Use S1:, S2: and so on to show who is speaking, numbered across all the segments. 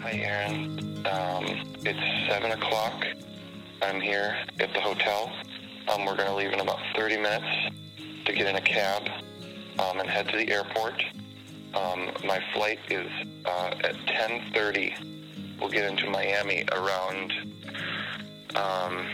S1: Hi, Aaron. Um, it's 7 o'clock. I'm here at the hotel. Um, we're going to leave in about 30 minutes to get in a cab um, and head to the airport. Um, my flight is uh, at 10.30. We'll get into Miami around, um,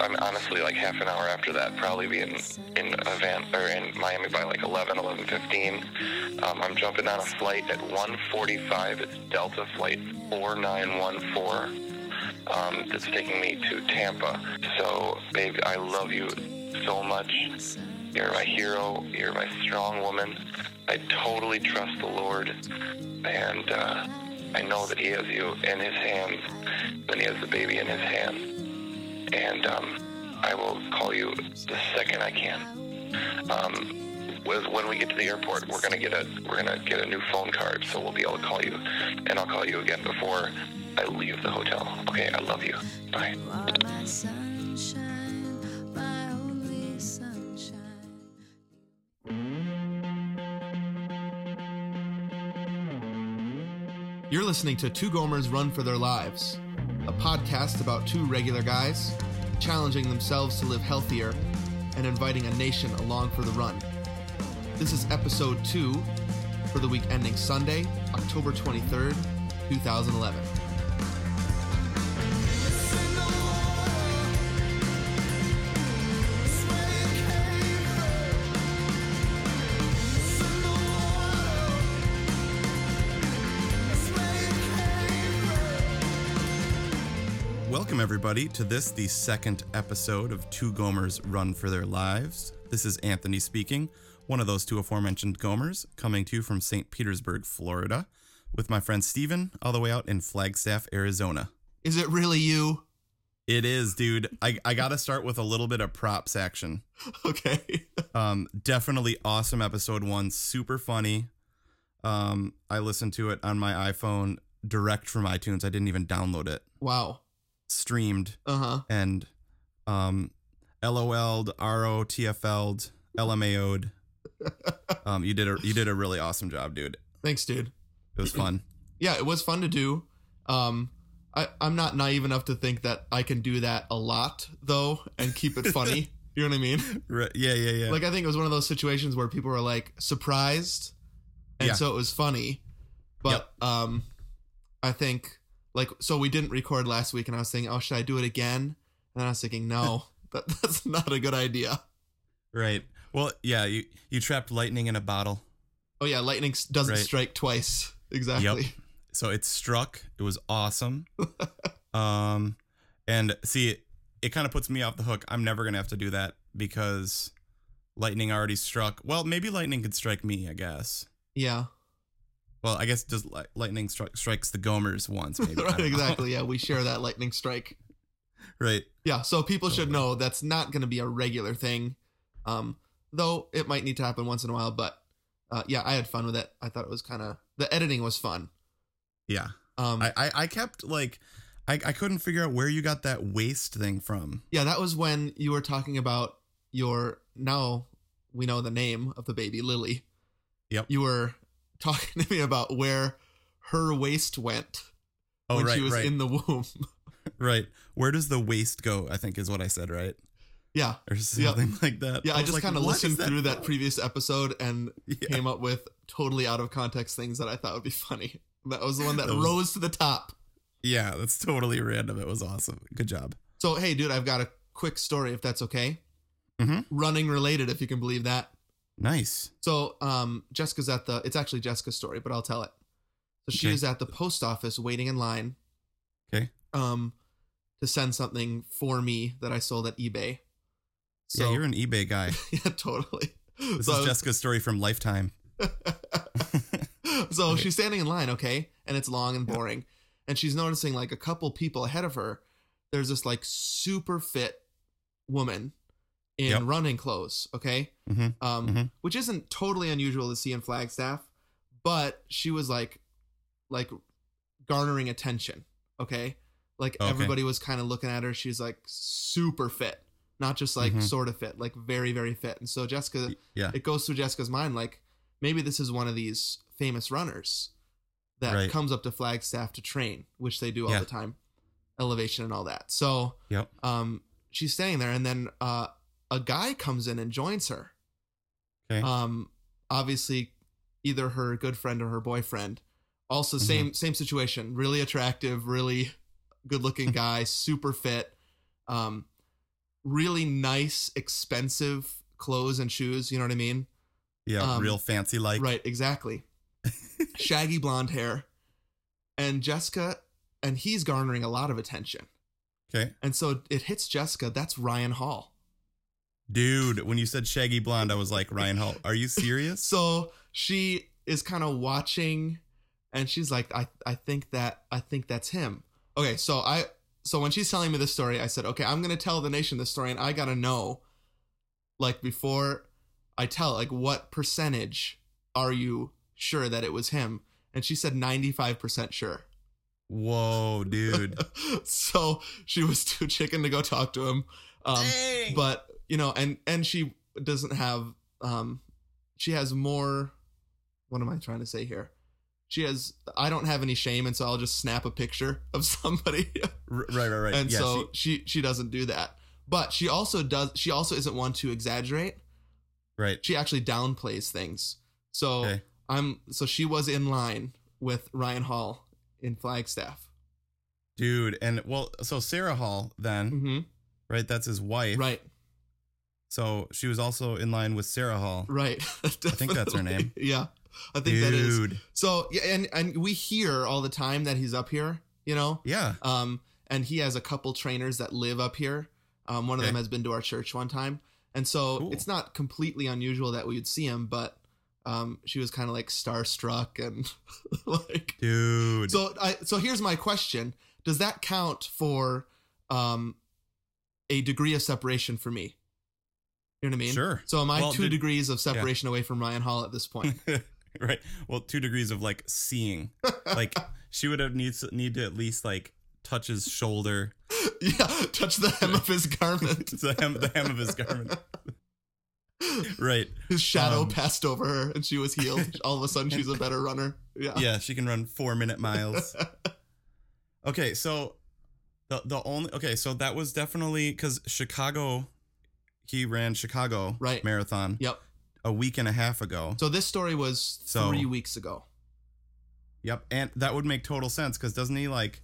S1: I'm honestly like half an hour after that, probably be in, in, Avant, or in Miami by like 11, 11.15. Um, I'm jumping on a flight at 1.45. It's Delta Flight 4914 um, that's taking me to Tampa. So, babe, I love you so much. You're my hero. You're my strong woman. I totally trust the Lord, and uh, I know that He has you in His hands, and He has the baby in His hands. And um, I will call you the second I can. Um, with, when we get to the airport, we're gonna get a we're gonna get a new phone card, so we'll be able to call you, and I'll call you again before I leave the hotel. Okay, I love you. Bye.
S2: You're listening to Two Gomers Run for Their Lives, a podcast about two regular guys challenging themselves to live healthier and inviting a nation along for the run. This is episode two for the week ending Sunday, October 23rd, 2011.
S3: Welcome, everybody, to this, the second episode of Two Gomers Run for Their Lives. This is Anthony speaking, one of those two aforementioned Gomers, coming to you from St. Petersburg, Florida, with my friend Steven, all the way out in Flagstaff, Arizona.
S2: Is it really you?
S3: It is, dude. I, I got to start with a little bit of props action.
S2: Okay.
S3: Um, definitely awesome episode one, super funny. Um, I listened to it on my iPhone direct from iTunes. I didn't even download it,
S2: Wow.
S3: streamed.
S2: Uh huh.
S3: and um, LOL'd, ROTFL'd, LMAO'd. um, you did a you did a really awesome job, dude.
S2: Thanks, dude.
S3: It was fun.
S2: yeah, it was fun to do. Um, I, I'm not naive enough to think that I can do that a lot though and keep it funny. you know what I mean?
S3: Right. Yeah, yeah, yeah.
S2: Like I think it was one of those situations where people were like surprised, and
S3: Yeah.
S2: so it was funny. But um, I think like so we didn't record last week, and I was thinking, oh, should I do it again? And then I was thinking, no, that, that's not a good idea.
S3: right. Well, yeah. You you trapped lightning in a bottle,
S2: Oh yeah, lightning s- doesn't
S3: Right.
S2: strike twice. Exactly.
S3: so it struck. It was awesome. um, and see, it, kind of puts me off the hook. I'm never gonna have to do that because lightning already struck. Well, maybe lightning could strike me. I guess.
S2: Yeah.
S3: Well, I guess just li- lightning stri- strikes the Gomers once, maybe. I
S2: right.
S3: don't know.
S2: Exactly. Yeah, we share that lightning strike.
S3: right.
S2: Yeah, so people should know that's not going to be a regular thing, um, though it might need to happen once in a while. But uh, yeah, I had fun with it. I thought it was kind of the editing was fun.
S3: Yeah.
S2: Um,
S3: I, I, I kept like, I, I couldn't figure out where you got that waist thing from.
S2: yeah, that was when you were talking about your now we know the name of the baby Lily.
S3: Yep.
S2: You were talking to me about where her waist went
S3: Oh,
S2: when
S3: right,
S2: she was
S3: right,
S2: in the womb.
S3: right. Where does the waist go? I think is what I said, right?
S2: yeah,
S3: Or something like that.
S2: yeah. I
S3: was
S2: just
S3: like,
S2: kind of
S3: what is
S2: listened through that previous episode and
S3: Yeah.
S2: came up with totally out of context things that I thought would be funny. That was the one that
S3: That was-
S2: rose to the top.
S3: yeah, that's totally random. It was awesome. Good job.
S2: So, hey, dude, I've got a quick story if that's okay.
S3: Mhm.
S2: Running related, if you can believe that.
S3: Nice.
S2: So, um, Jessica's at the, it's actually Jessica's story, but I'll tell it. So, she
S3: Okay.
S2: was at the post office waiting in line.
S3: Okay.
S2: Um, to send something for me that I sold at eBay. So,
S3: yeah, you're an eBay guy.
S2: yeah, totally.
S3: This
S2: So I
S3: is
S2: was-
S3: Jessica's story from Lifetime.
S2: so
S3: Okay.
S2: she's standing in line, okay, and it's long and boring, and she's noticing like a couple people ahead of her. There's this like super fit woman in
S3: Yep.
S2: running clothes, okay,
S3: Mhm,
S2: um,
S3: mhm.
S2: which isn't totally unusual to see in Flagstaff, but she was like, like garnering attention, okay, like
S3: Okay.
S2: everybody was kind of looking at her. She's like super fit, not just like
S3: Mhm.
S2: sort of fit, like very very fit. And so Jessica
S3: Yeah.
S2: it goes through Jessica's mind like maybe this is one of these famous runners that
S3: Right.
S2: comes up to Flagstaff to train, which they do all
S3: Yeah.
S2: the time, elevation and all that. So
S3: Yep.
S2: um, she's staying there, and then uh, a guy comes in and joins her.
S3: Okay.
S2: Um, obviously, either her good friend or her boyfriend. Also,
S3: Mm-hmm.
S2: same same situation. Really attractive, really good looking guy, super fit. Um, really nice, expensive clothes and shoes. You know what I mean?
S3: Yeah.
S2: um,
S3: real fancy like.
S2: Right, exactly. Shaggy blonde hair. And Jessica, and he's garnering a lot of attention.
S3: Okay.
S2: And so it hits Jessica. That's Ryan Hall.
S3: Dude, when you said shaggy blonde, I was like, Ryan Hall, are you serious?
S2: So she is kind of watching and she's like, I, I think that I think that's him. Okay, so I so when she's telling me this story, I said, Okay, I'm gonna tell the nation this story and I gotta know like before I tell, like what percentage are you sure that it was him? And she said ninety five percent sure.
S3: Whoa, dude.
S2: so she was too chicken to go talk to him. Um,
S3: Dang.
S2: but you know, and and she doesn't have um, she has more. What am I trying to say here? She has. I don't have any shame, and so I'll just snap a picture of somebody,
S3: R- right, right, right.
S2: and
S3: yeah,
S2: so she, she doesn't do that. But she also does. She also isn't one to exaggerate.
S3: she- right.
S2: She actually downplays things. So
S3: Okay.
S2: I'm. So she was in line with Ryan Hall in Flagstaff.
S3: Dude, and well, so Sarah Hall then,
S2: hmm
S3: right? That's his wife.
S2: Right.
S3: So she was also in line with Sarah Hall.
S2: Right. I
S3: think that's her name.
S2: Yeah. I think
S3: Dude.
S2: that is. So yeah, and and we hear all the time that he's up here, you know.
S3: Yeah.
S2: Um and he has a couple trainers that live up here. Um one of them
S3: Okay.
S2: has been to our church one time. And so
S3: Cool.
S2: it's not completely unusual that we would see him, but um she was kind of like starstruck and like
S3: Dude.
S2: so I so here's my question. Does that count for um a degree of separation for me? You know what I mean?
S3: Sure.
S2: So am I
S3: Well,
S2: two
S3: did-
S2: degrees of separation away from Ryan Hall at this point?
S3: right. Well, two degrees of like seeing. Like she would have needs need to at least like touch his shoulder,
S2: yeah, touch the hem of his garment.
S3: the hem, the hem of his garment. Right.
S2: His shadow
S3: Um,
S2: passed over her, and she was healed. All of a sudden, she's a better runner. Yeah.
S3: Yeah, she can run four minute miles. Okay, so the the only okay, so that was definitely because Chicago, he ran Chicago
S2: Right.
S3: marathon
S2: Yep.
S3: a week and a half ago.
S2: So this story was
S3: So-
S2: three weeks ago.
S3: Yep, and that would make total sense because doesn't he like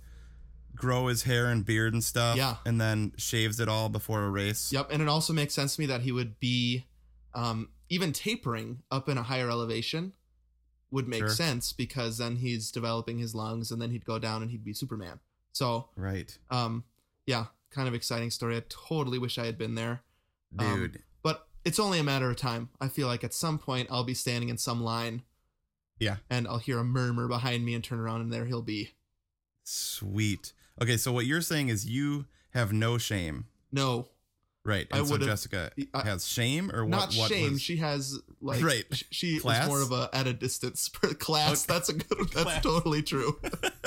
S3: grow his hair and beard and stuff?
S2: Yeah.
S3: and then shaves it all before a race.
S2: Yep. And it also makes sense to me that he would be, um, even tapering up in a higher elevation would make
S3: Sure.
S2: sense because then he's developing his lungs and then he'd go down and he'd be Superman. So,
S3: Right,
S2: um, yeah, kind of exciting story. I totally wish I had been there. Um,
S3: dude.
S2: but it's only a matter of time. I feel like at some point I'll be standing in some line.
S3: Yeah.
S2: And I'll hear a murmur behind me and turn around and there he'll be.
S3: Sweet. Okay, so what you're saying is you have no shame,
S2: No,
S3: right?
S2: I
S3: And so
S2: would've-
S3: Jessica
S2: I-
S3: has shame, or what?
S2: not
S3: what
S2: shame.
S3: was-
S2: She has like
S3: Right.
S2: sh- She
S3: Class?
S2: is more of a at a distance per class.
S3: Okay.
S2: That's a good. That's
S3: Class.
S2: totally true.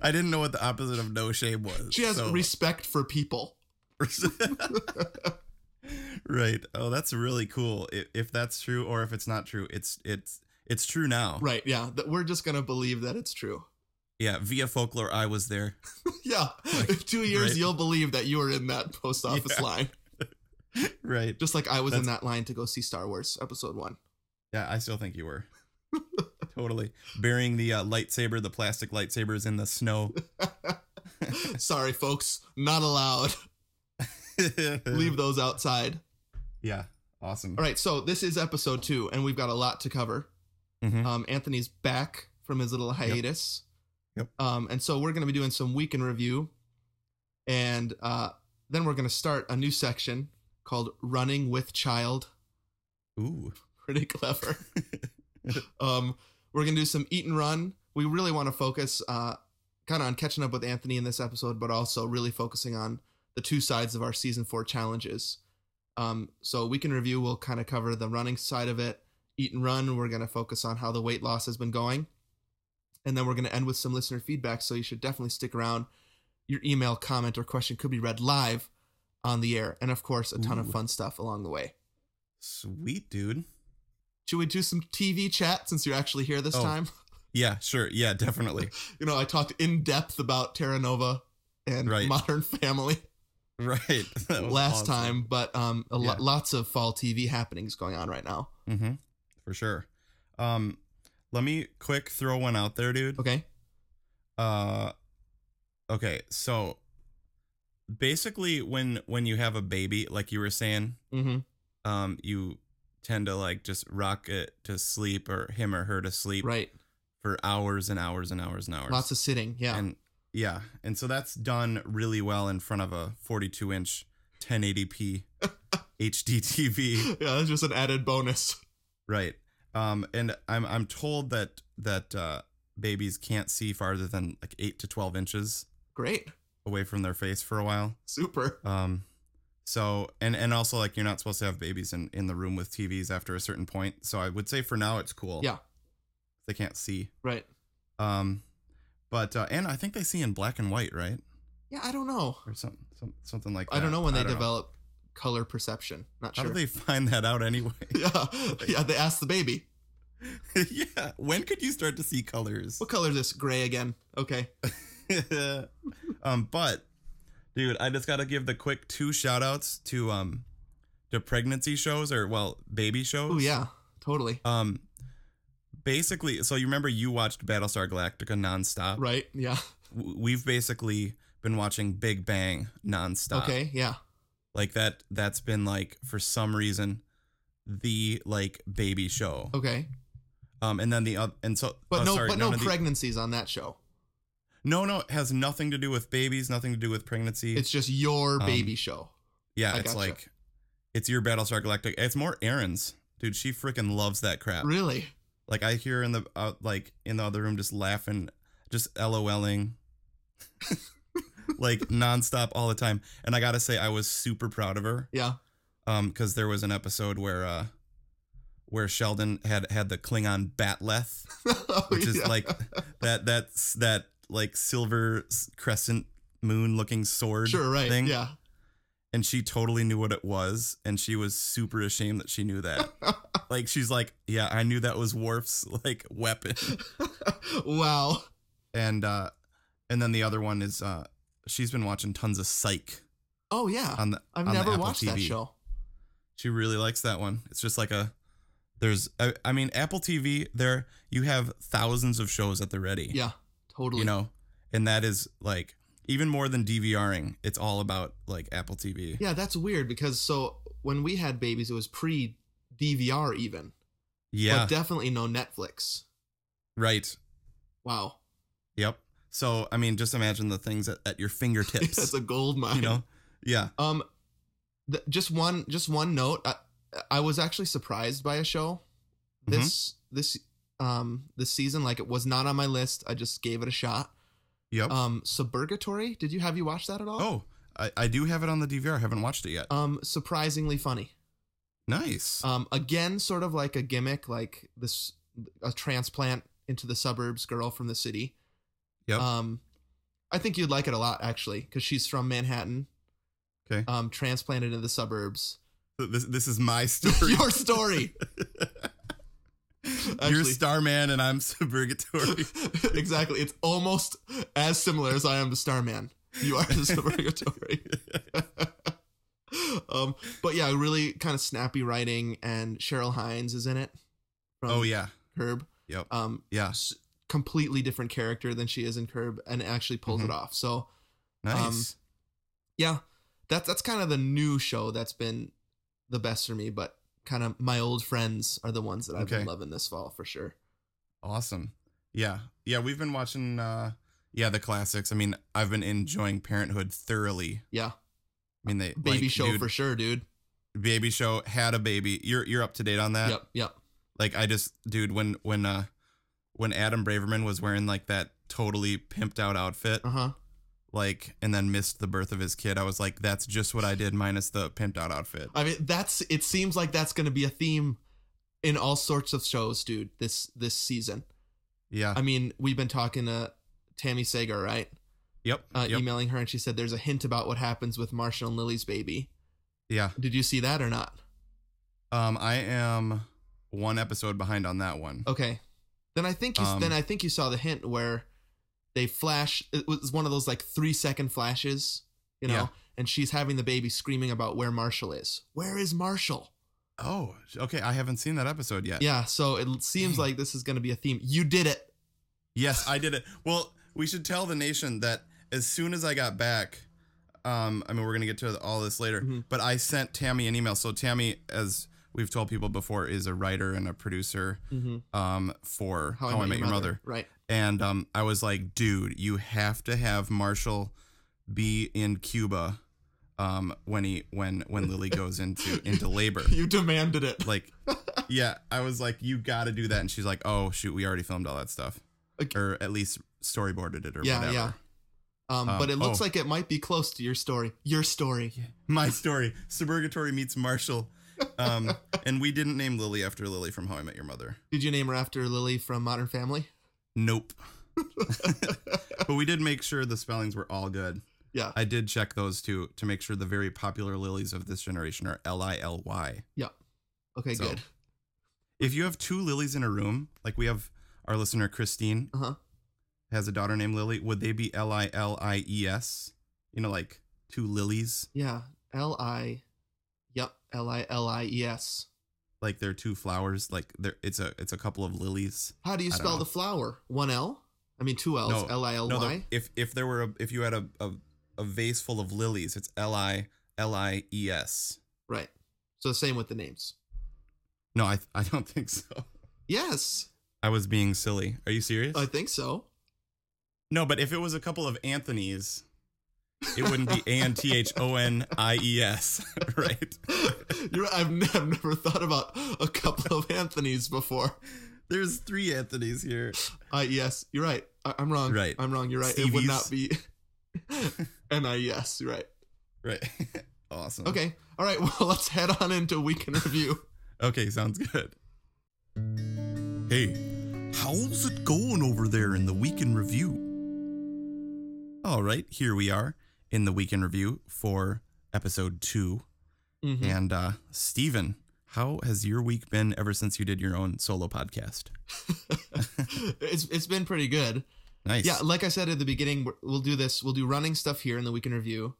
S3: I didn't know what the opposite of no shame was.
S2: She has
S3: so-
S2: respect for people.
S3: right. Oh, that's really cool. If, if that's true, or if it's not true, it's it's it's true now.
S2: Right. Yeah. That we're just gonna believe that it's true.
S3: Yeah. Via folklore, I was there.
S2: yeah. In two years
S3: right.
S2: you'll believe that you were in that post office
S3: Yeah.
S2: line,
S3: Right.
S2: just like I was in that line to go see Star Wars Episode One.
S3: Yeah, I still think you were. totally burying the uh, lightsaber, the plastic lightsabers in the snow.
S2: Sorry, folks. Not allowed. Leave those outside.
S3: Yeah. Awesome.
S2: All right, so this is episode two, and we've got a lot to cover.
S3: Mhm.
S2: Um, Anthony's back from his little hiatus.
S3: Yep.
S2: Um, and so we're going to be doing some week in review, and uh, then we're going to start a new section called "Running with Child."
S3: Ooh.
S2: Pretty clever. um, we're going to do some eat and run. We really want to focus uh, kind of on catching up with Anthony in this episode, but also really focusing on the two sides of our season four challenges. Um, so we can review. We'll kind of cover the running side of it. Eat and run. We're going to focus on how the weight loss has been going, and then we're going to end with some listener feedback. So you should definitely stick around. Your email, comment, or question could be read live on the air, and of course, a ton of
S3: Ooh.
S2: fun stuff along the way.
S3: Sweet, dude.
S2: Should we do some TV chat since you're actually here this
S3: Oh.
S2: time?
S3: Yeah, sure. Yeah, definitely.
S2: You know, I talked in depth about Terra Nova and
S3: Right.
S2: Modern Family
S3: Right. That was
S2: last
S3: awesome.
S2: time, but um, a
S3: Yeah.
S2: lot lots of fall TV happenings going on right now.
S3: Mm-hmm. For sure. Um, let me quick throw one out there, dude.
S2: Okay,
S3: Uh, okay. So basically, when when you have a baby, like you were saying,
S2: mm-hmm.
S3: um, you tend to like just rock it to sleep or him or her to sleep
S2: right,
S3: for hours and hours and hours and hours.
S2: lots of sitting. Yeah,
S3: And yeah, and so that's done really well in front of a 42 inch 1080p HD TV.
S2: yeah, that's just an added bonus.
S3: Right. Um, and I'm I'm told that that uh, babies can't see farther than like eight to twelve inches
S2: Great,
S3: away from their face for a while.
S2: super.
S3: Um, so and and also like you're not supposed to have babies in in the room with TVs after a certain point. So I would say for now it's cool.
S2: Yeah.
S3: They can't see.
S2: Right.
S3: Um, but uh, and I think they see in black and white, right?
S2: Yeah, I don't know.
S3: Or something some, something like that.
S2: I don't know when they
S3: don't
S2: develop color perception. Not
S3: How
S2: sure.
S3: do they find that out anyway?
S2: yeah, yeah. They ask the baby,
S3: yeah. When could you start to see colors?
S2: "What color is this? Gray again? Okay.
S3: um, but dude, I just gotta give the quick two shout outs to um to pregnancy shows or well, baby shows.
S2: Oh yeah, totally.
S3: Um basically so you remember you watched Battlestar Galactica nonstop.
S2: Right. Yeah.
S3: W- We've basically been watching Big Bang nonstop.
S2: Okay. Yeah.
S3: Like that that's been like for some reason the like baby show.
S2: Okay.
S3: Um and then the other and so
S2: But
S3: oh,
S2: no,
S3: sorry,
S2: but
S3: none
S2: no
S3: of the-
S2: pregnancies on that show.
S3: no no it has nothing to do with babies, nothing to do with pregnancy.
S2: It's just your
S3: Um,
S2: baby show.
S3: Yeah,
S2: I
S3: it's
S2: gotcha.
S3: like it's your Battlestar Galactic. It's more Aaron's, dude. She freaking loves that crap.
S2: Really?
S3: Like I hear in the out, like in the other room, just laughing, just LOLing, like nonstop all the time. And I gotta say, I was super proud of her,
S2: Yeah.
S3: um, because there was an episode where uh, where Sheldon had had the Klingon batleth,
S2: Oh,
S3: which is
S2: yeah.
S3: like that that's that like silver crescent moon looking sword
S2: sure, right?
S3: thing
S2: Yeah.
S3: and she totally knew what it was and she was super ashamed that she knew that like she's like yeah i knew that was Worf's like weapon
S2: wow.
S3: and uh and then the other one is uh she's been watching tons of psych
S2: Oh yeah.
S3: on the
S2: I've
S3: on the
S2: never
S3: Apple
S2: watched that
S3: TV.
S2: show.
S3: she really likes that one it's just like a there's i, I mean apple tv there you have thousands of shows at the ready
S2: Yeah. Totally.
S3: you know and that is like even more than dvring it's all about like apple tv
S2: Yeah, Oh, that's weird because so when we had babies, it was pre DVR even,
S3: yeah
S2: but definitely no Netflix.
S3: right
S2: Wow.
S3: Yep. So I mean, just imagine the things at, at your fingertips.
S2: That's a gold mine.
S3: you know? Yeah.
S2: Um, th- just one, just one note. I, I was actually surprised by a show
S3: Mm-hmm.
S2: this this um this season. Like it was not on my list. I just gave it a shot.
S3: Yep.
S2: Um, Suburgatory. Did you have you watched that at all?
S3: oh, I, I do have it on the DVR. I haven't watched it yet.
S2: Um, surprisingly funny.
S3: nice.
S2: Um, again, sort of like a gimmick, like this a transplant into the suburbs girl from the city.
S3: Yep.
S2: Um, I think you'd like it a lot actually because she's from Manhattan.
S3: Okay.
S2: Um, transplanted into the suburbs.
S3: this, this is my story.
S2: Your story.
S3: You're
S2: Actually-
S3: Starman and I'm Suburgatory.
S2: exactly. It's almost as similar as I am to Starman. You are the Suburgatory. um, but yeah, really kind of snappy writing, and Cheryl Hines is in it. From
S3: oh yeah.
S2: Curb.
S3: Yep.
S2: Um,
S3: Yeah.
S2: s- completely different character than she is in Curb, and actually pulls
S3: Mm-hmm.
S2: it off. So
S3: Nice.
S2: yeah, that's that's kind of the new show that's been the best for me. But kind of my old friends are the ones that I've
S3: Okay.
S2: been loving this fall for sure. um,
S3: awesome. Yeah. Yeah. We've been watching. uh Yeah, the classics. I mean, I've been enjoying Parenthood thoroughly.
S2: Yeah,
S3: I mean, they
S2: baby
S3: like,
S2: show
S3: dude,
S2: for sure, dude.
S3: baby show had a baby. You're you're up to date on that.
S2: yep, yep.
S3: Like I just dude when when uh when Adam Braverman was wearing like that totally pimped out outfit
S2: Uh huh.
S3: like and then missed the birth of his kid, I was like that's just what I did minus the pimped out outfit.
S2: I mean, that's it seems like that's going to be a theme in all sorts of shows, dude. This this season.
S3: Yeah.
S2: I mean, we've been talking to Tammy Sager, right?
S3: yep.
S2: Uh,
S3: yep.
S2: Emailing her, and she said there's a hint about what happens with Marshall and Lily's baby.
S3: Yeah.
S2: Did you see that or not?
S3: Um I am one episode behind on that one.
S2: Okay, Then I think you,
S3: Um,
S2: then I think you saw the hint where they flash. It was one of those like three second flashes, you know.
S3: Yeah.
S2: And she's having the baby screaming about where Marshall is. Where is Marshall?
S3: Oh, okay. I haven't seen that episode yet.
S2: Yeah. So it seems like this is going to be a theme. You did it.
S3: Yes, I did it. Well, we should tell the nation that as soon as I got back, um, I mean, we're gonna get to all this later,
S2: Mhm.
S3: but I sent Tammy an email. So Tammy, as we've told people before, is a writer and a producer
S2: Mm-hmm.
S3: um, for How, I Met Your Mother.
S2: Right.
S3: and um, I was like, dude, you have to have Marshall be in Cuba um, when he when when Lily goes into into labor.
S2: You demanded it.
S3: Like, yeah, I was like, you got to do that, and she's like, oh shoot, we already filmed all that stuff,
S2: Okay.
S3: or at least storyboarded it or
S2: Yeah,
S3: whatever.
S2: yeah. Um,
S3: Um,
S2: but it looks
S3: oh.
S2: like it might be close to your story. Your story.
S3: My story: Suburgatory meets Marshall, um, and we didn't name Lily after Lily from How I Met Your Mother.
S2: Did you name her after Lily from Modern Family?
S3: Nope. but we did make sure the spellings were all good.
S2: Yeah.
S3: I did check those two to make sure the very popular lilies of this generation are L I L Y.
S2: Okay,
S3: So-
S2: good.
S3: If you have two lilies in a room, like we have our listener Christine
S2: Uh-huh.
S3: has a daughter named Lily, would they be L I L I E S? You know, like two lilies,
S2: Yeah. L I. Yep. L I L I E S.
S3: like they're two flowers, like they're it's a it's a couple of lilies.
S2: How do you
S3: I don't
S2: spell
S3: know.
S2: the flower? One L? I mean, two L's.
S3: No,
S2: L I L
S3: No, the-
S2: Y?
S3: if if there were a, if you had a, a a vase full of lilies, it's L I L I E S.
S2: Right. So, same with the names.
S3: No, I I don't think so.
S2: Yes.
S3: I was being silly. Are you serious?
S2: I think so.
S3: no, but if it was a couple of Anthony's, it wouldn't be A N T H O N I E S, right?
S2: You're, I've, n- I've never thought about a couple of Anthony's before.
S3: There's three Anthony's here.
S2: I yes, you're right. I, I'm wrong.
S3: Right.
S2: I'm wrong. You're right. It would not be. N I E S. You're right.
S3: Right. awesome.
S2: Okay. All right. Well, let's head on into week in review.
S3: Okay, sounds good. Hey, how's it going over there in the week in review? All right, here we are in the week in review for episode 2
S2: Mhm.
S3: And uh Steven, how has your week been ever since you did your own solo podcast?
S2: it's it's been pretty good.
S3: Nice.
S2: Yeah, like I said at the beginning, we're- we'll do this. We'll do running stuff here in the week in review.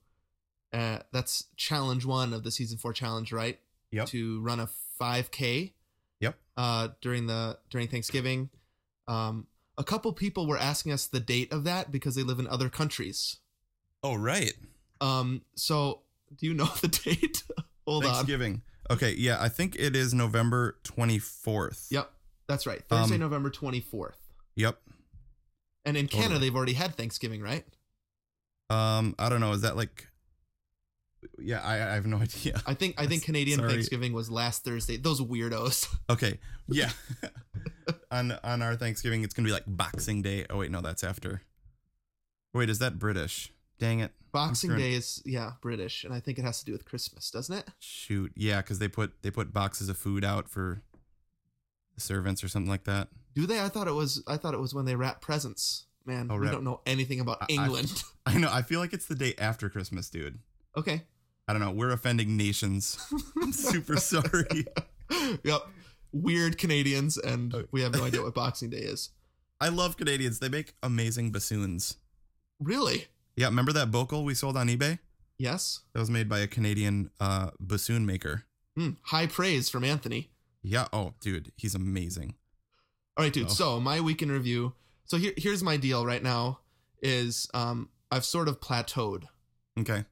S2: Uh, that's challenge one of the season four challenge, right?
S3: Yep.
S2: To run a five k.
S3: Yep.
S2: Uh, during the during Thanksgiving, um, a couple people were asking us the date of that because they live in other countries.
S3: Oh right.
S2: Um, so do you know the date? Hold on.
S3: Thanksgiving. Okay, yeah, I think it is November 24th.
S2: Yep, that's right. Thursday,
S3: Um,
S2: November twenty fourth.
S3: Yep.
S2: And in Canada,
S3: Totally.
S2: they've already had Thanksgiving, right?
S3: Um I don't know, is that like Yeah, I, I have no idea.
S2: I think I think Canadian
S3: Sorry.
S2: Thanksgiving was last Thursday. Those weirdos.
S3: Okay. Yeah. on on our Thanksgiving it's going to be like Boxing Day. Oh wait, no, that's after. Wait, is that British? Dang it.
S2: Boxing
S3: sure-
S2: Day is yeah British, and I think it has to do with Christmas, doesn't it?
S3: Shoot. Yeah, cuz they put they put boxes of food out for the servants or something like that.
S2: Do they? I thought it was I thought it was when they wrap presents. Man,
S3: Oh,
S2: we
S3: wrap-
S2: don't know anything about
S3: I- I-
S2: England.
S3: I know. I feel like it's the day after Christmas, dude.
S2: okay.
S3: I don't know. We're offending nations. I'm super sorry.
S2: yep. Weird Canadians, and
S3: Okay.
S2: we have no idea what Boxing Day is.
S3: I love Canadians. They make amazing bassoons.
S2: Really?
S3: Yeah, remember that vocal we sold on eBay?
S2: Yes.
S3: That was made by a Canadian uh, bassoon maker.
S2: Hmm. High praise from Anthony.
S3: Yeah. Oh, dude, he's amazing.
S2: All right, dude.
S3: So-
S2: So my week in review. So here, here's my deal right now is um, I've sort of plateaued,
S3: Okay.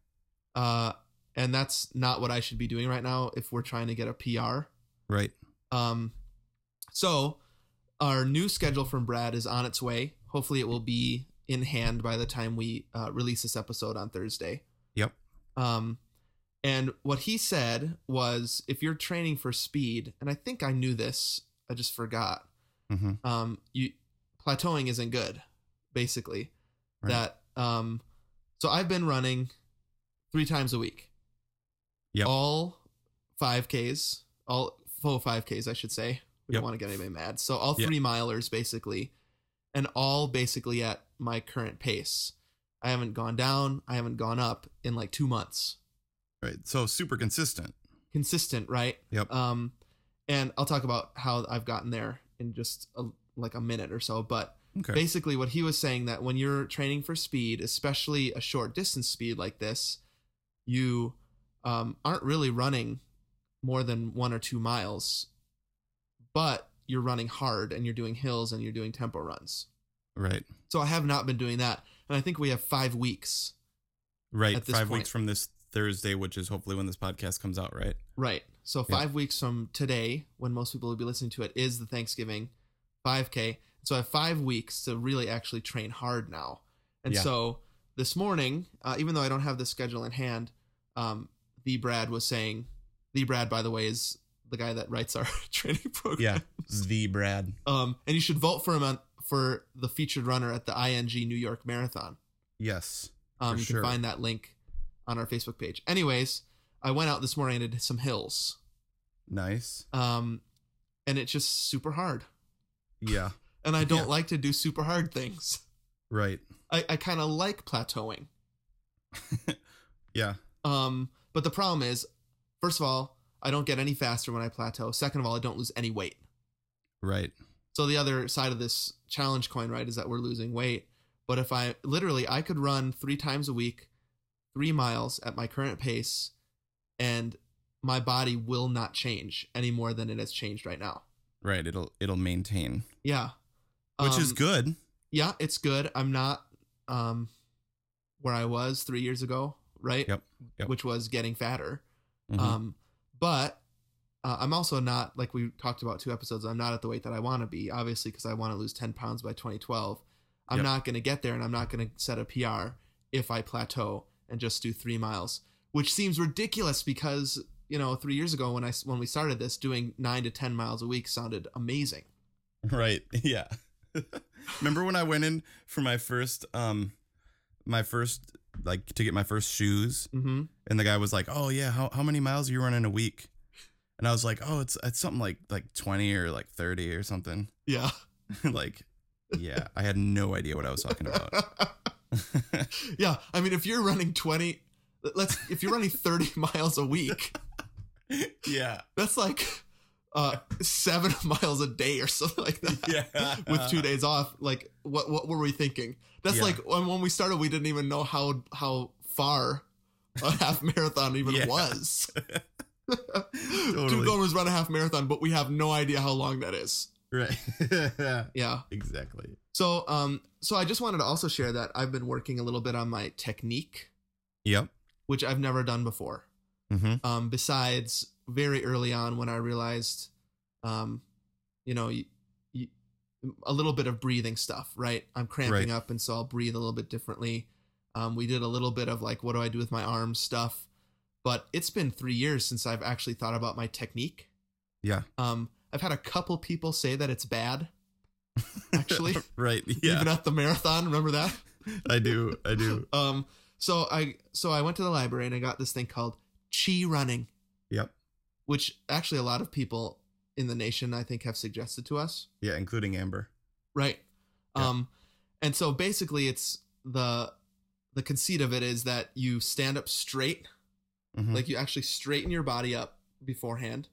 S2: uh, and that's not what I should be doing right now if we're trying to get a PR.
S3: Right.
S2: Um, so our new schedule from Brad is on its way. Hopefully, it will be in hand by the time we uh, release this episode on Thursday.
S3: Yep.
S2: Um, and what he said was, if you're training for speed, and I think I knew this, I just forgot.
S3: Mm-hmm.
S2: Um, you plateauing isn't good, basically.
S3: Right.
S2: That um, so I've been running three times a week.
S3: Yep.
S2: All five Ks, all full five Ks, I should say. We
S3: Yep.
S2: don't want to get anybody mad. So all
S3: Yeah.
S2: three milers basically, and all basically at my current pace. I haven't gone down. I haven't gone up in like two months.
S3: Right. So super consistent.
S2: Consistent, right?
S3: Yep.
S2: Um, and I'll talk about how I've gotten there in just a like a minute or so. But
S3: Okay.
S2: basically, what he was saying that when you're training for speed, especially a short distance speed like this, you um, aren't really running more than one or two miles, but you're running hard and you're doing hills and you're doing tempo runs.
S3: right.
S2: So I have not been doing that, and I think we have five weeks.
S3: Right.
S2: at this
S3: Five
S2: point.
S3: weeks from this Thursday, which is hopefully when this podcast comes out, right?
S2: Right. So
S3: Yeah.
S2: five weeks from today, when most people will be listening to it, is the Thanksgiving 5K. So I have five weeks to really actually train hard now. And
S3: Yeah.
S2: so this morning, uh, even though I don't have the schedule in hand, um, the Brad was saying, the Brad, by the way, is the guy that writes our training program.
S3: Yeah. the Brad.
S2: Um, and you should vote for him on, for the featured runner at the ING New York Marathon.
S3: Yes.
S2: Um,
S3: For
S2: you
S3: sure.
S2: can find that link on our Facebook page. Anyways, I went out this morning and did some hills
S3: Nice.
S2: um, and it's just super hard.
S3: Yeah.
S2: And I don't
S3: Yeah.
S2: like to do super hard things.
S3: Right.
S2: I, I kind of like plateauing.
S3: Yeah.
S2: Um, but the problem is, first of all, I don't get any faster when I plateau. Second of all, I don't lose any weight.
S3: Right.
S2: So the other side of this challenge coin, right, is that we're losing weight. But if I literally, I could run three times a week, three miles at my current pace, and my body will not change any more than it has changed right now.
S3: Right. It'll it'll maintain.
S2: Yeah.
S3: Which is
S2: Um,
S3: good.
S2: yeah, it's good. I'm not um where I was three years ago, right?
S3: Yep, yep.
S2: Which was getting fatter.
S3: Mhm.
S2: Um, but uh, I'm also not like we talked about two episodes. I'm not at the weight that I want to be, obviously, because I want to lose 10 pounds by 2012. I'm
S3: Yep.
S2: not going to get there, and I'm not going to set a PR if I plateau and just do three miles, which seems ridiculous because you know three years ago when I s- when we started this, doing nine to 10 miles a week sounded amazing.
S3: Right. Yeah. Remember when I went in for my first um my first like to get my first shoes
S2: Mm-hmm.
S3: and the guy was like, "Oh yeah, how how many miles are you running a week?" And I was like, "Oh, it's it's something like like 20 or like 30 or something."
S2: Yeah.
S3: like yeah, I had no idea what I was talking about.
S2: yeah, I mean, if you're running twenty, let's if you're running thirty miles a week,
S3: yeah.
S2: that's like uh seven miles a day or something like that.
S3: Yeah.
S2: With two days off, like what what were we thinking? That's
S3: Yeah.
S2: like when, when we started, we didn't even know how how far a half marathon even
S3: Yeah.
S2: was. Two
S3: Totally.
S2: gomers run a half marathon, but we have no idea how long that is.
S3: Right.
S2: Yeah.
S3: exactly.
S2: So um so I just wanted to also share that I've been working a little bit on my technique,
S3: Yep.
S2: which I've never done before.
S3: Mhm.
S2: um, besides very early on when I realized, um, you know, you, you, a little bit of breathing stuff, right? I'm cramping
S3: Right.
S2: up, and so I'll breathe a little bit differently. Um, we did a little bit of like, what do I do with my arms stuff, but it's been three years since I've actually thought about my technique.
S3: Yeah.
S2: Um, I've had a couple people say that it's bad, actually,
S3: right. Yeah.
S2: even at the marathon. Remember that?
S3: I do. I do.
S2: Um, so I so I went to the library and I got this thing called chi running.
S3: Yep.
S2: which actually a lot of people in the nation I think have suggested to us,
S3: Yeah, including Amber.
S2: right?
S3: Yeah.
S2: Um, and so basically, it's the the conceit of it is that you stand up straight,
S3: Mhm.
S2: like you actually straighten your body up beforehand,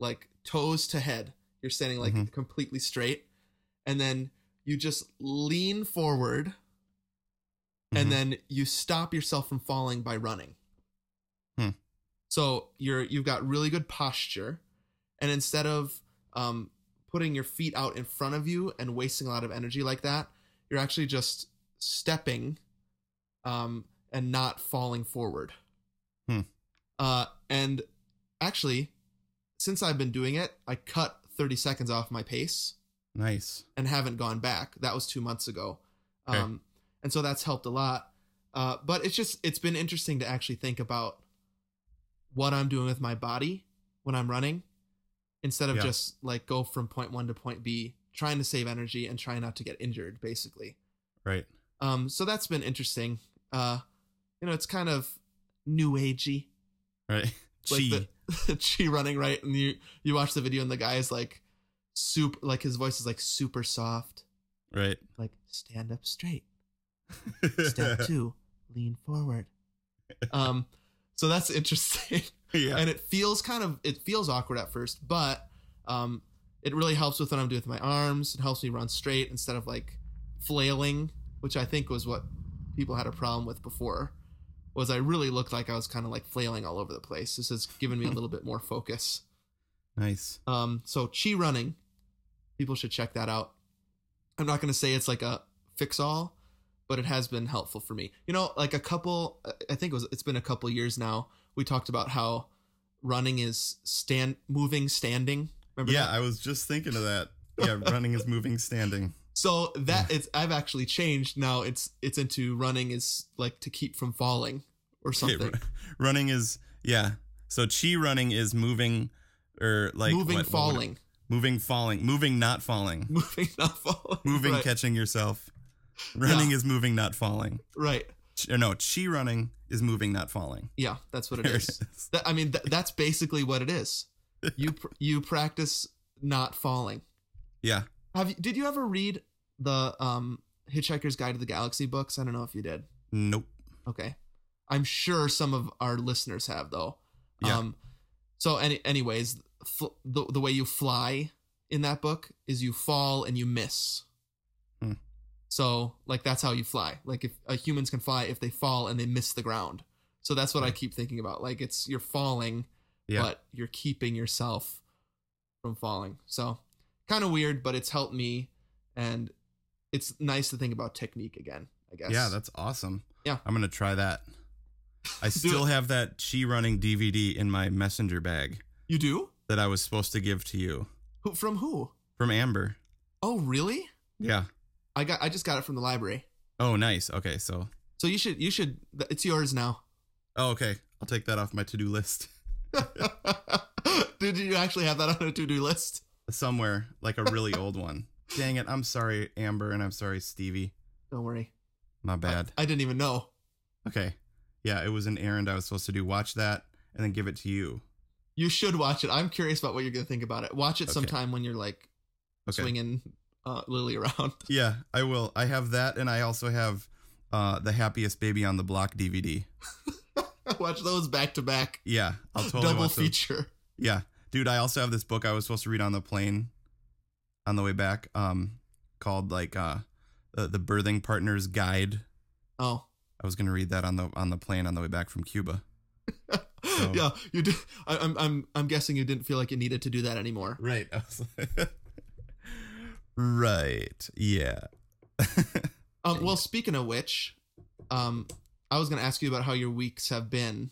S2: like toes to head. You're standing like
S3: Mhm.
S2: completely straight, and then you just lean forward,
S3: Mhm.
S2: and then you stop yourself from falling by running.
S3: Hmm.
S2: So you're you've got really good posture, and instead of um, putting your feet out in front of you and wasting a lot of energy like that, you're actually just stepping, um, and not falling forward.
S3: Hmm.
S2: Uh, and actually, since I've been doing it, I cut 30 seconds off my pace
S3: nice.
S2: and haven't gone back. That was two months ago,
S3: Okay.
S2: um, and so that's helped a lot. Uh, but it's just it's been interesting to actually think about what I'm doing with my body when I'm running, instead of
S3: Yeah.
S2: just like go from point one to point B, trying to save energy and trying not to get injured, basically.
S3: Right.
S2: Um, so that's been interesting. Uh, you know, it's kind of new agey,
S3: Right.
S2: like
S3: Chi.
S2: the chi running right, and you you watch the video and the guy is like super, like his voice is like super soft
S3: right.
S2: like stand up straight. Step two, lean forward. Um, so that's interesting,
S3: yeah.
S2: and it feels kind of it feels awkward at first, but um, It really helps with what I'm doing with my arms. It helps me run straight instead of like flailing, which I think was what people had a problem with before. Was I really looked like I was kind of like flailing all over the place. This has given me a little bit more focus.
S3: Nice.
S2: Um, so chi running, people should check that out. I'm not going to say it's like a fix all, but it has been helpful for me. You know, like a couple, I think it was, it's been a couple years now. We talked about how running is stand moving, standing. Remember
S3: yeah,
S2: that?
S3: I was just thinking of that. Yeah, running is moving, standing.
S2: So that it's I've actually changed now. It's it's into running is like to keep from falling or
S3: Okay,
S2: something.
S3: ru- running is yeah. So chi running is moving or like
S2: moving,
S3: what- what would it-
S2: falling,
S3: moving, falling, moving, not falling,
S2: moving, not falling.
S3: moving,
S2: right,
S3: catching yourself. Running is moving, not falling.
S2: right?
S3: Ch- Or no, chi running is moving, not falling.
S2: Yeah, that's what it
S3: There it
S2: is. That, I mean, th- that's basically what it is. You pr- you practice not falling.
S3: Yeah,
S2: Have you, did you ever read the um, Hitchhiker's Guide to the Galaxy books? I don't know if you did.
S3: nope.
S2: Okay, I'm sure some of our listeners have though.
S3: Yeah.
S2: Um, so any anyways, fl- the the way you fly in that book is you fall and you miss.
S3: Hmm.
S2: So like that's how you fly. Like if uh, humans can fly if they fall and they miss the ground. So that's what I keep thinking about. Like it's you're falling,
S3: Yeah.
S2: but you're keeping yourself from falling. So kind of weird, but it's helped me, and it's nice to think about technique again. I guess.
S3: Yeah, that's awesome.
S2: Yeah.
S3: I'm gonna try that. I
S2: Do
S3: still have that chi running DVD in my messenger bag
S2: you do.
S3: that I was supposed to give to you
S2: Who from who?
S3: from Amber.
S2: Oh, really?
S3: Yeah.
S2: I got I just got it from the library.
S3: Oh, nice. Okay, so
S2: So you should you should it's yours now.
S3: oh, okay, I'll take that off my to do list
S2: Did you actually have that on a to-do list?
S3: somewhere, like a really old one. Dang it! I'm sorry, Amber, and I'm sorry, Stevie.
S2: Don't worry. Uh,
S3: My bad.
S2: I didn't even know.
S3: Okay. Yeah, it was an errand I was supposed to do. Watch that and then give it to you.
S2: You should watch it. I'm curious about what you're going to think about it. Watch it
S3: Okay.
S2: sometime when you're like
S3: Okay.
S2: swinging uh, Lily around.
S3: Yeah, I will. I have that, and I also have uh, the Happiest Baby on the Block DVD.
S2: watch those back to back.
S3: Yeah, I'll totally
S2: Double
S3: watch those.
S2: feature.
S3: Yeah, dude. I also have this book I was supposed to read on the plane on the way back, um, called like uh, the, the Birthing Partner's Guide.
S2: Oh.
S3: I was gonna read that on the on the plane on the way back from Cuba. So-
S2: Yeah, you did. I, I'm I'm I'm guessing you didn't feel like you needed to do that anymore.
S3: Right. I was like- right. Yeah.
S2: Um, well, speaking of which, um, I was going to ask you about how your weeks have been,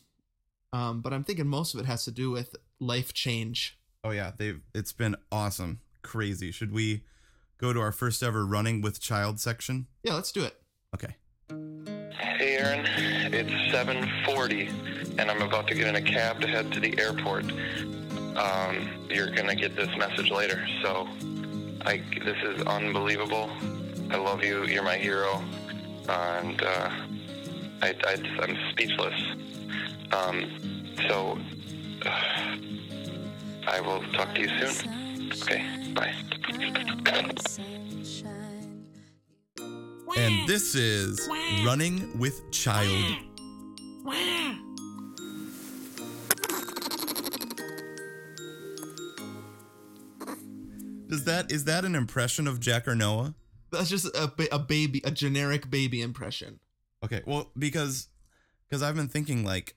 S2: um, but I'm thinking most of it has to do with life change.
S3: Oh yeah, they've it's been awesome, crazy. Should we go to our first ever running with child section?
S2: Yeah, let's do it.
S3: Okay.
S1: Hey Aaron, it's 7:40, and I'm about to get in a cab to head to the airport. Um, you're gonna get this message later. So, I this is unbelievable. I love you. You're my hero, and uh, I, I I'm speechless. Um, so, uh, I will talk to you soon. Okay, bye.
S4: Sunshine.
S3: And this is running with child. Does that is that an impression of Jack or Noah?
S2: That's just a, ba- a baby, a generic baby impression.
S3: Okay, well, because because I've been thinking like,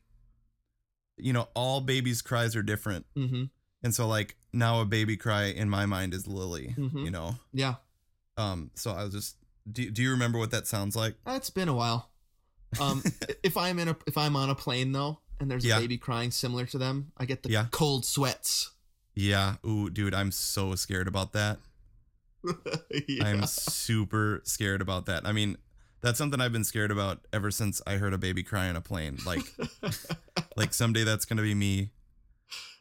S3: you know, all babies' cries are different,
S2: Mm-hmm.
S3: and so like now a baby cry in my mind is Lily,
S2: Mhm.
S3: you know.
S2: Yeah,
S3: Um, so I was just, do do you remember what that sounds like?
S2: it's been a while. Um, if I'm in a if I'm on a plane though, and there's
S3: Yeah.
S2: a baby crying similar to them, I get the
S3: Yeah.
S2: cold sweats.
S3: Yeah. Ooh, dude, I'm so scared about that.
S2: yeah.
S3: I'm super scared about that. I mean, that's something I've been scared about ever since I heard a baby cry in a plane. Like, like someday that's gonna be me.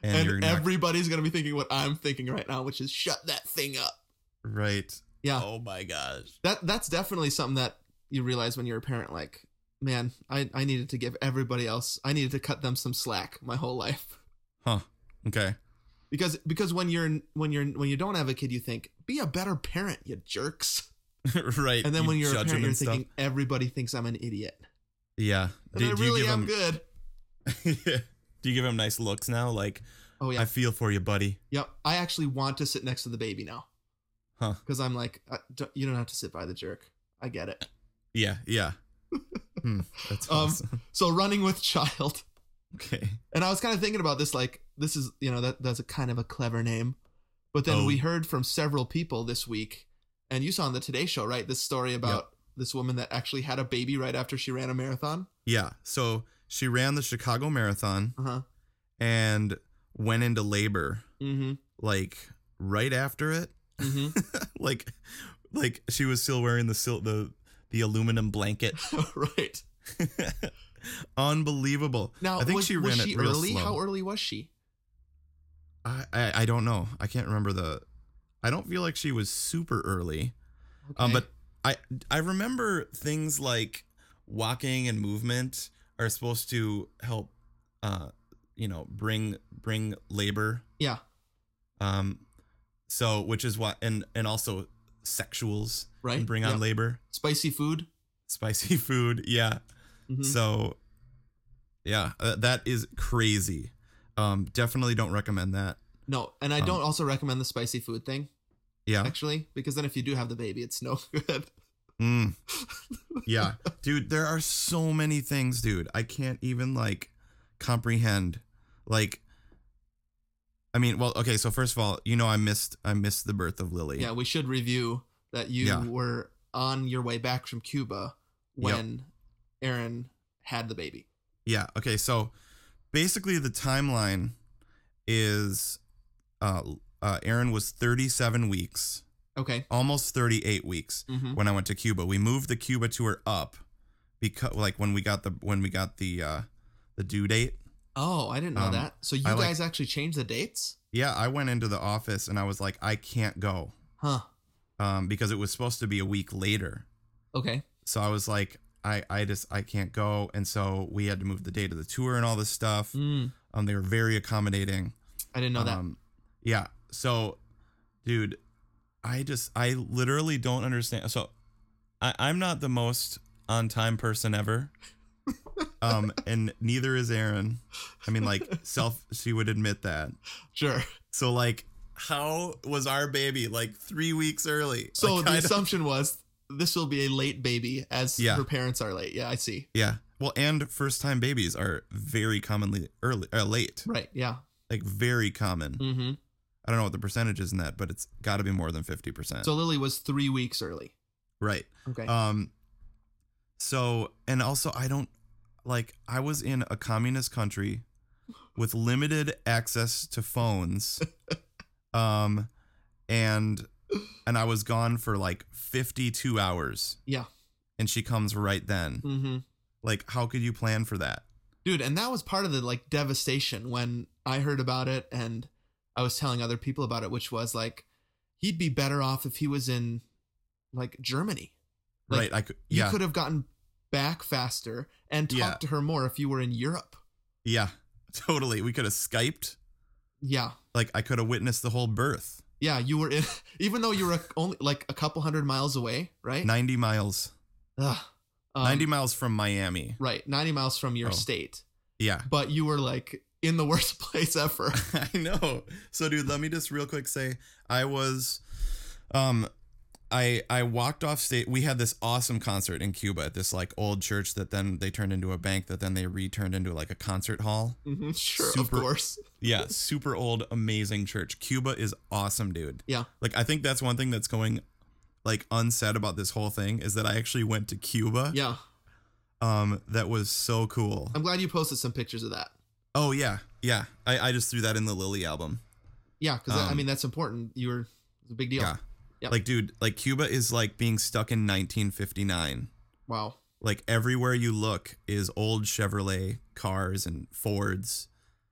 S3: And,
S2: and
S3: you're not
S2: everybody's gonna be thinking what I'm thinking right now, which is shut that thing up.
S3: right.
S2: Yeah.
S3: Oh my gosh.
S2: that that's definitely something that you realize when you're a parent like man i i needed to give everybody else i needed to cut them some slack my whole life
S3: Huh. Okay.
S2: because because when you're when you're when you don't have a kid you think be a better parent you jerks
S3: right.
S2: and then
S3: you
S2: when you're a
S3: judge
S2: parent
S3: 'em
S2: you're
S3: and stuff.
S2: thinking everybody thinks i'm an idiot
S3: yeah.
S2: and i really am good
S3: do you give him nice looks now? Like,
S2: Oh yeah.
S3: I feel for you, buddy.
S2: Yep. I actually want to sit next to the baby now.
S3: Huh.
S2: Because I'm like, I, don't, you don't have to sit by the jerk. I get it.
S3: Yeah, yeah. Hmm, that's
S2: Um,
S3: awesome.
S2: So running with child.
S3: okay.
S2: And I was kind of thinking about this, like this is you know that that's a kind of a clever name, but then
S3: Oh.
S2: we heard from several people this week, and you saw on the Today Show, right? This story about this woman that actually had a baby right after she ran a marathon.
S3: Yeah. So she ran the Chicago Marathon
S2: Uh huh.
S3: and went into labor
S2: Mm-hmm.
S3: like right after it.
S2: Mm-hmm.
S3: like like she was still wearing the sil- the the aluminum blanket.
S2: Oh, right
S3: Unbelievable.
S2: now,
S3: I think
S2: was,
S3: she ran
S2: was
S3: it
S2: she
S3: real
S2: early?
S3: slow.
S2: How early was she?
S3: I, I I don't know. I can't remember the. I don't feel like she was super early. Um,
S2: Okay.
S3: but I I remember things like walking and movement are supposed to help, uh, you know, bring bring labor.
S2: yeah,
S3: Um, so which is why and and also sexuals
S2: right.
S3: and bring on
S2: Yep.
S3: labor,
S2: spicy food.
S3: spicy food. Yeah. Mm-hmm.
S2: Mhm.
S3: So, yeah, uh, that is crazy. Um, definitely don't recommend that.
S2: No, and I
S3: Um,
S2: don't also recommend the spicy food thing
S3: Yeah.
S2: actually, because then if you do have the baby, it's no good.
S3: Mm. Yeah. dude, there are so many things, dude. I can't even like comprehend. Like I mean, well, okay, so first of all, you know I missed I missed the birth of Lily.
S2: Yeah, we should review that you
S3: Yeah.
S2: were on your way back from Cuba
S3: Yep.
S2: when Aaron had the baby.
S3: Yeah. Okay, so basically the timeline is uh uh Aaron was 37 weeks,
S2: Okay.
S3: almost 38 weeks.
S2: hmm
S3: when I went to Cuba. We moved the Cuba tour up because like when we got the when we got the uh the due date.
S2: Oh, I didn't know
S3: Um,
S2: that. So you
S3: I like-
S2: guys actually changed the dates?
S3: Yeah, I went into the office and I was like, I can't go.
S2: Huh.
S3: Um, because it was supposed to be a week later.
S2: Okay.
S3: So I was like, I, I just I can't go. And so we had to move the date of the tour and all this stuff.
S2: Mm,
S3: Um, they were very accommodating.
S2: I didn't know that.
S3: Um, yeah. So, dude, I just I literally don't understand. So, I, I'm not the most on time person ever. um, and neither is Aaron. I mean, like self, she would admit that.
S2: Sure.
S3: So, like, how was our baby like three weeks early?
S2: So
S3: Like,
S2: the
S3: I don't-
S2: assumption was this will be a late baby as
S3: Yeah.
S2: her parents are late. Yeah, I see.
S3: yeah. Well, and first time babies are very commonly early, uh, late,
S2: Right. Yeah.
S3: like very common.
S2: hmm
S3: I don't know what the percentage is in that, but it's got to be more than 50%.
S2: So Lily was three weeks early.
S3: right.
S2: Okay.
S3: Um so and also I don't like I was in a communist country with limited access to phones. um and and I was gone for like 52 hours.
S2: Yeah.
S3: And she comes right then.
S2: hmm
S3: Like how could you plan for that?
S2: dude and that was part of the like devastation when i heard about it and i was telling other people about it which was like he'd be better off if he was in like germany Like,
S3: right. I could
S2: you
S3: yeah.
S2: could have gotten back faster and talked
S3: Yeah.
S2: to her more if you were in europe
S3: yeah. Totally. We could have skyped.
S2: yeah
S3: Like I could have witnessed the whole birth.
S2: yeah you were in even though you were only like a couple hundred miles away right
S3: 90 miles.
S2: Ugh. Um,
S3: 90 miles from Miami.
S2: right 90 miles from your
S3: Oh.
S2: state
S3: Yeah.
S2: but you were like in the worst place ever
S3: I know. So, dude, let me just real quick say I was, um, I I walked off stage. We had this awesome concert in Cuba at this like old church that then they turned into a bank that then they returned into like a concert hall.
S2: Mhm, sure of
S3: Super-
S2: course
S3: Yeah, super old, amazing church. Cuba is awesome, dude.
S2: Yeah.
S3: like I think that's one thing that's going like unsaid about this whole thing is that I actually went to Cuba.
S2: yeah Um,
S3: Um, that was so cool.
S2: i'm glad you posted some pictures of that
S3: oh yeah, yeah. I I just threw that in the Lily album.
S2: Yeah, because I
S3: Um,
S2: mean that's important. You were it's a big deal.
S3: Yeah.
S2: Yep.
S3: Like, dude, like Cuba is like being stuck in 1959.
S2: Wow.
S3: Like everywhere you look is old Chevrolet cars and Fords.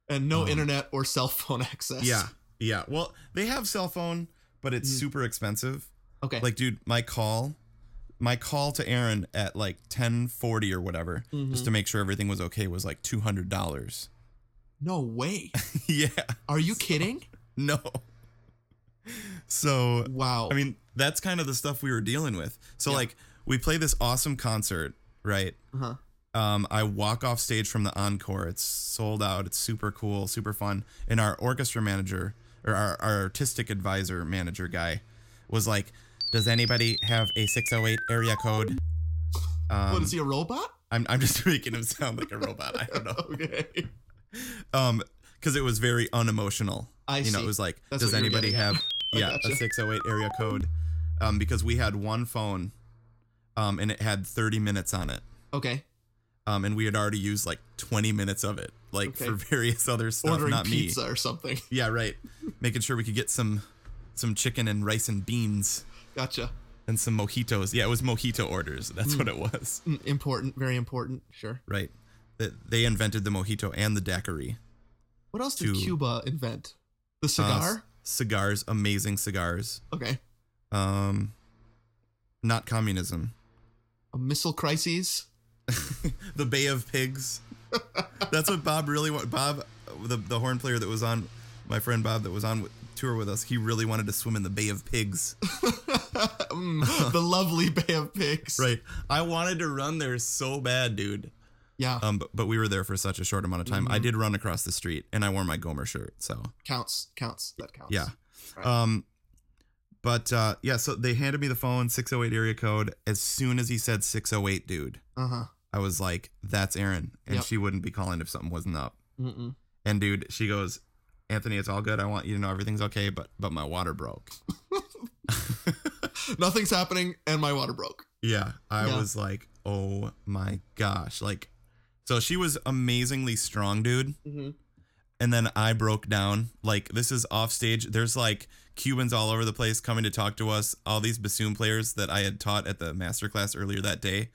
S2: And no
S3: Um,
S2: internet or cell phone access.
S3: Yeah. Yeah. Well, they have cell phone, but it's
S2: Mm.
S3: super expensive.
S2: Okay.
S3: Like, dude, my call, my call to Aaron at like 1040 or whatever,
S2: Mhm.
S3: just to make sure everything was okay, was like $200.
S2: no way.
S3: yeah.
S2: Are you kidding?
S3: No. So
S2: Wow.
S3: I mean, that's kind of the stuff we were dealing with. So
S2: Yeah.
S3: like we play this awesome concert, right?
S2: Uh-huh.
S3: Um, I walk off stage from the encore. It's sold out. It's super cool, super fun. And our orchestra manager or our, our artistic advisor manager guy was like, "Does anybody have a 608 area code?" Um,
S2: what is he a robot?
S3: I'm I'm just making him sound like a robot. I don't know.
S2: Okay.
S3: Um, because it was very unemotional.
S2: I
S3: you know,
S2: see.
S3: it was like,
S2: That's
S3: does
S2: what you're
S3: anybody
S2: getting at.
S3: have
S2: I
S3: yeah
S2: gotcha.
S3: a 608 area code? Um, because we had one phone, um, and it had 30 minutes on it.
S2: Okay.
S3: Um, and we had already used like 20 minutes of it, like
S2: Okay.
S3: for various other stuff.
S2: Ordering
S3: not
S2: pizza
S3: me.
S2: or something.
S3: Yeah, right. Making sure we could get some some chicken and rice and beans
S2: Gotcha.
S3: and some mojitos. Yeah, it was mojito orders. That's what it was.
S2: Mm, Important. Very important. Sure.
S3: Right. That they invented the mojito and the daiquiri.
S2: What else did
S3: To-
S2: Cuba invent? The
S3: Uh,
S2: cigar?
S3: cigars, amazing cigars.
S2: okay.
S3: um not communism
S2: A missile crises?
S3: the bay of pigs that's what bob really wanted bob the, the horn player that was on my friend bob that was on with, tour with us he really wanted to swim in the bay of pigs
S2: Mm, the lovely Bay of Pigs.
S3: right i wanted to run there so bad dude
S2: Yeah.
S3: um but, but we were there for such a short amount of time i did run across the street and i wore my gomer shirt so
S2: counts. Counts. That counts.
S3: yeah
S2: Right.
S3: um but uh yeah so they handed me the phone 608 area code as soon as he said 608 dude
S2: Uh huh.
S3: I was like, that's Erin. And
S2: Yep.
S3: she wouldn't be calling if something wasn't up.
S2: Mm-mm.
S3: And dude, she goes, Anthony, it's all good. I want you to know everything's okay, but but my water broke.
S2: Nothing's happening, and my water broke.
S3: Yeah. I
S2: Yeah.
S3: was like, oh my gosh. Like so she was amazingly strong, dude.
S2: Mm-hmm.
S3: And then I broke down. Like this is off stage. There's like Cubans all over the place coming to talk to us. All these bassoon players that I had taught at the master class earlier that day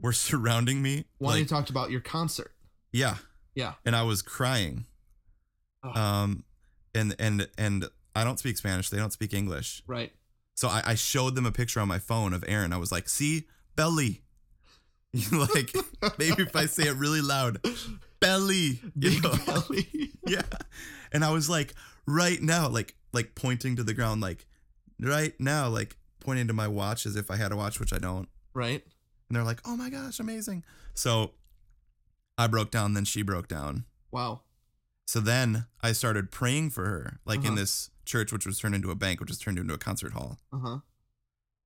S3: were surrounding me.
S2: Why
S3: like,
S2: you talked about your concert?
S3: Yeah.
S2: Yeah.
S3: And I was crying.
S2: Oh.
S3: Um and and and I don't speak Spanish. They don't speak English.
S2: Right.
S3: So I, I showed them a picture on my phone of Aaron. I was like, see, belly. like maybe if I say it really loud, belly. you
S2: Big
S3: know?
S2: belly.
S3: yeah. And I was like, right now, like like pointing to the ground, like right now, like pointing to my watch as if I had a watch, which I don't.
S2: right.
S3: And they're like, oh my gosh, amazing. So I broke down, then she broke down.
S2: Wow.
S3: So then I started praying for her, like in
S2: Uh-huh.
S3: this church, which was turned into a bank, which was turned into a concert hall.
S2: Uh huh.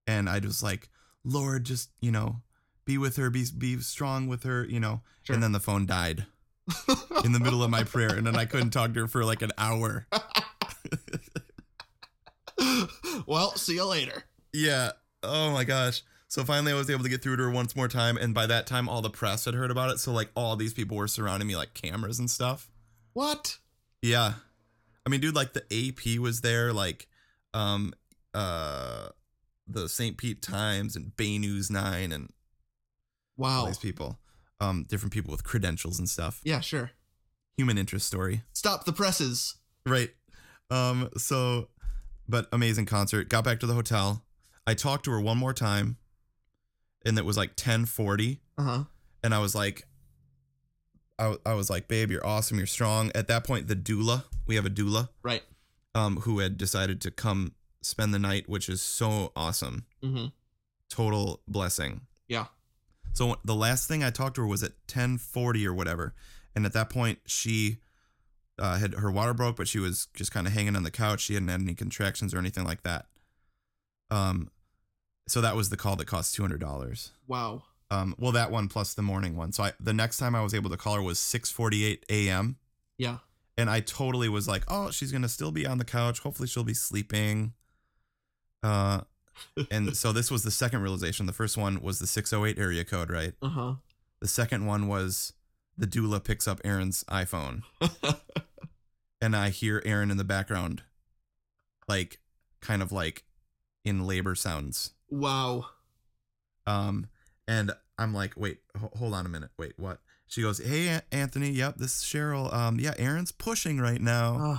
S3: And I was like, Lord, just, you know, be with her, be, be strong with her, you know.
S2: Sure.
S3: And then the phone died in the middle of my prayer. And then I couldn't talk to her for like an hour.
S2: well, see you later.
S3: Yeah. Oh my gosh. So finally, I was able to get through to her once more time. And by that time, all the press had heard about it. So, like, all these people were surrounding me, like cameras and stuff.
S2: What?
S3: Yeah. I mean, dude, like the AP was there, like um uh the St. Pete Times and Bay News 9 and all
S2: Wow.
S3: these people. Um different people with credentials and stuff.
S2: Yeah, sure.
S3: Human interest story.
S2: Stop the presses.
S3: Right. Um so but amazing concert. Got back to the hotel. I talked to her one more time and it was like 10:40
S2: Uh huh.
S3: and I was like I, I was like, "Babe, you're awesome. You're strong." At that point, the doula, we have a doula.
S2: Right.
S3: um, who had decided to come spend the night, which is so awesome.
S2: Mm-hmm.
S3: Total blessing.
S2: Yeah.
S3: So the last thing I talked to her was at 1040 or whatever. And at that point, she uh, had her water broke, but she was just kind of hanging on the couch. She hadn't had any contractions or anything like that. Um, so that was the call that cost $200.
S2: Wow.
S3: Um, well, that one plus the morning one. So I, the next time I was able to call her was 6:48 a.m
S2: Yeah.
S3: and I totally was like, "Oh, she's gonna still be on the couch. Hopefully, she'll be sleeping." Uh, and so this was the second realization. The first one was the 608 area code, right?
S2: Uh huh.
S3: The second one was the doula picks up Aaron's iPhone, and I hear Aaron in the background, like, kind of like, in labor sounds.
S2: wow.
S3: Um, and I'm like, "Wait, ho- hold on a minute. Wait, what?" She goes, "Hey, An- Anthony. Yep, this is Cheryl. Um, yeah, Aaron's pushing right now."
S2: Uh,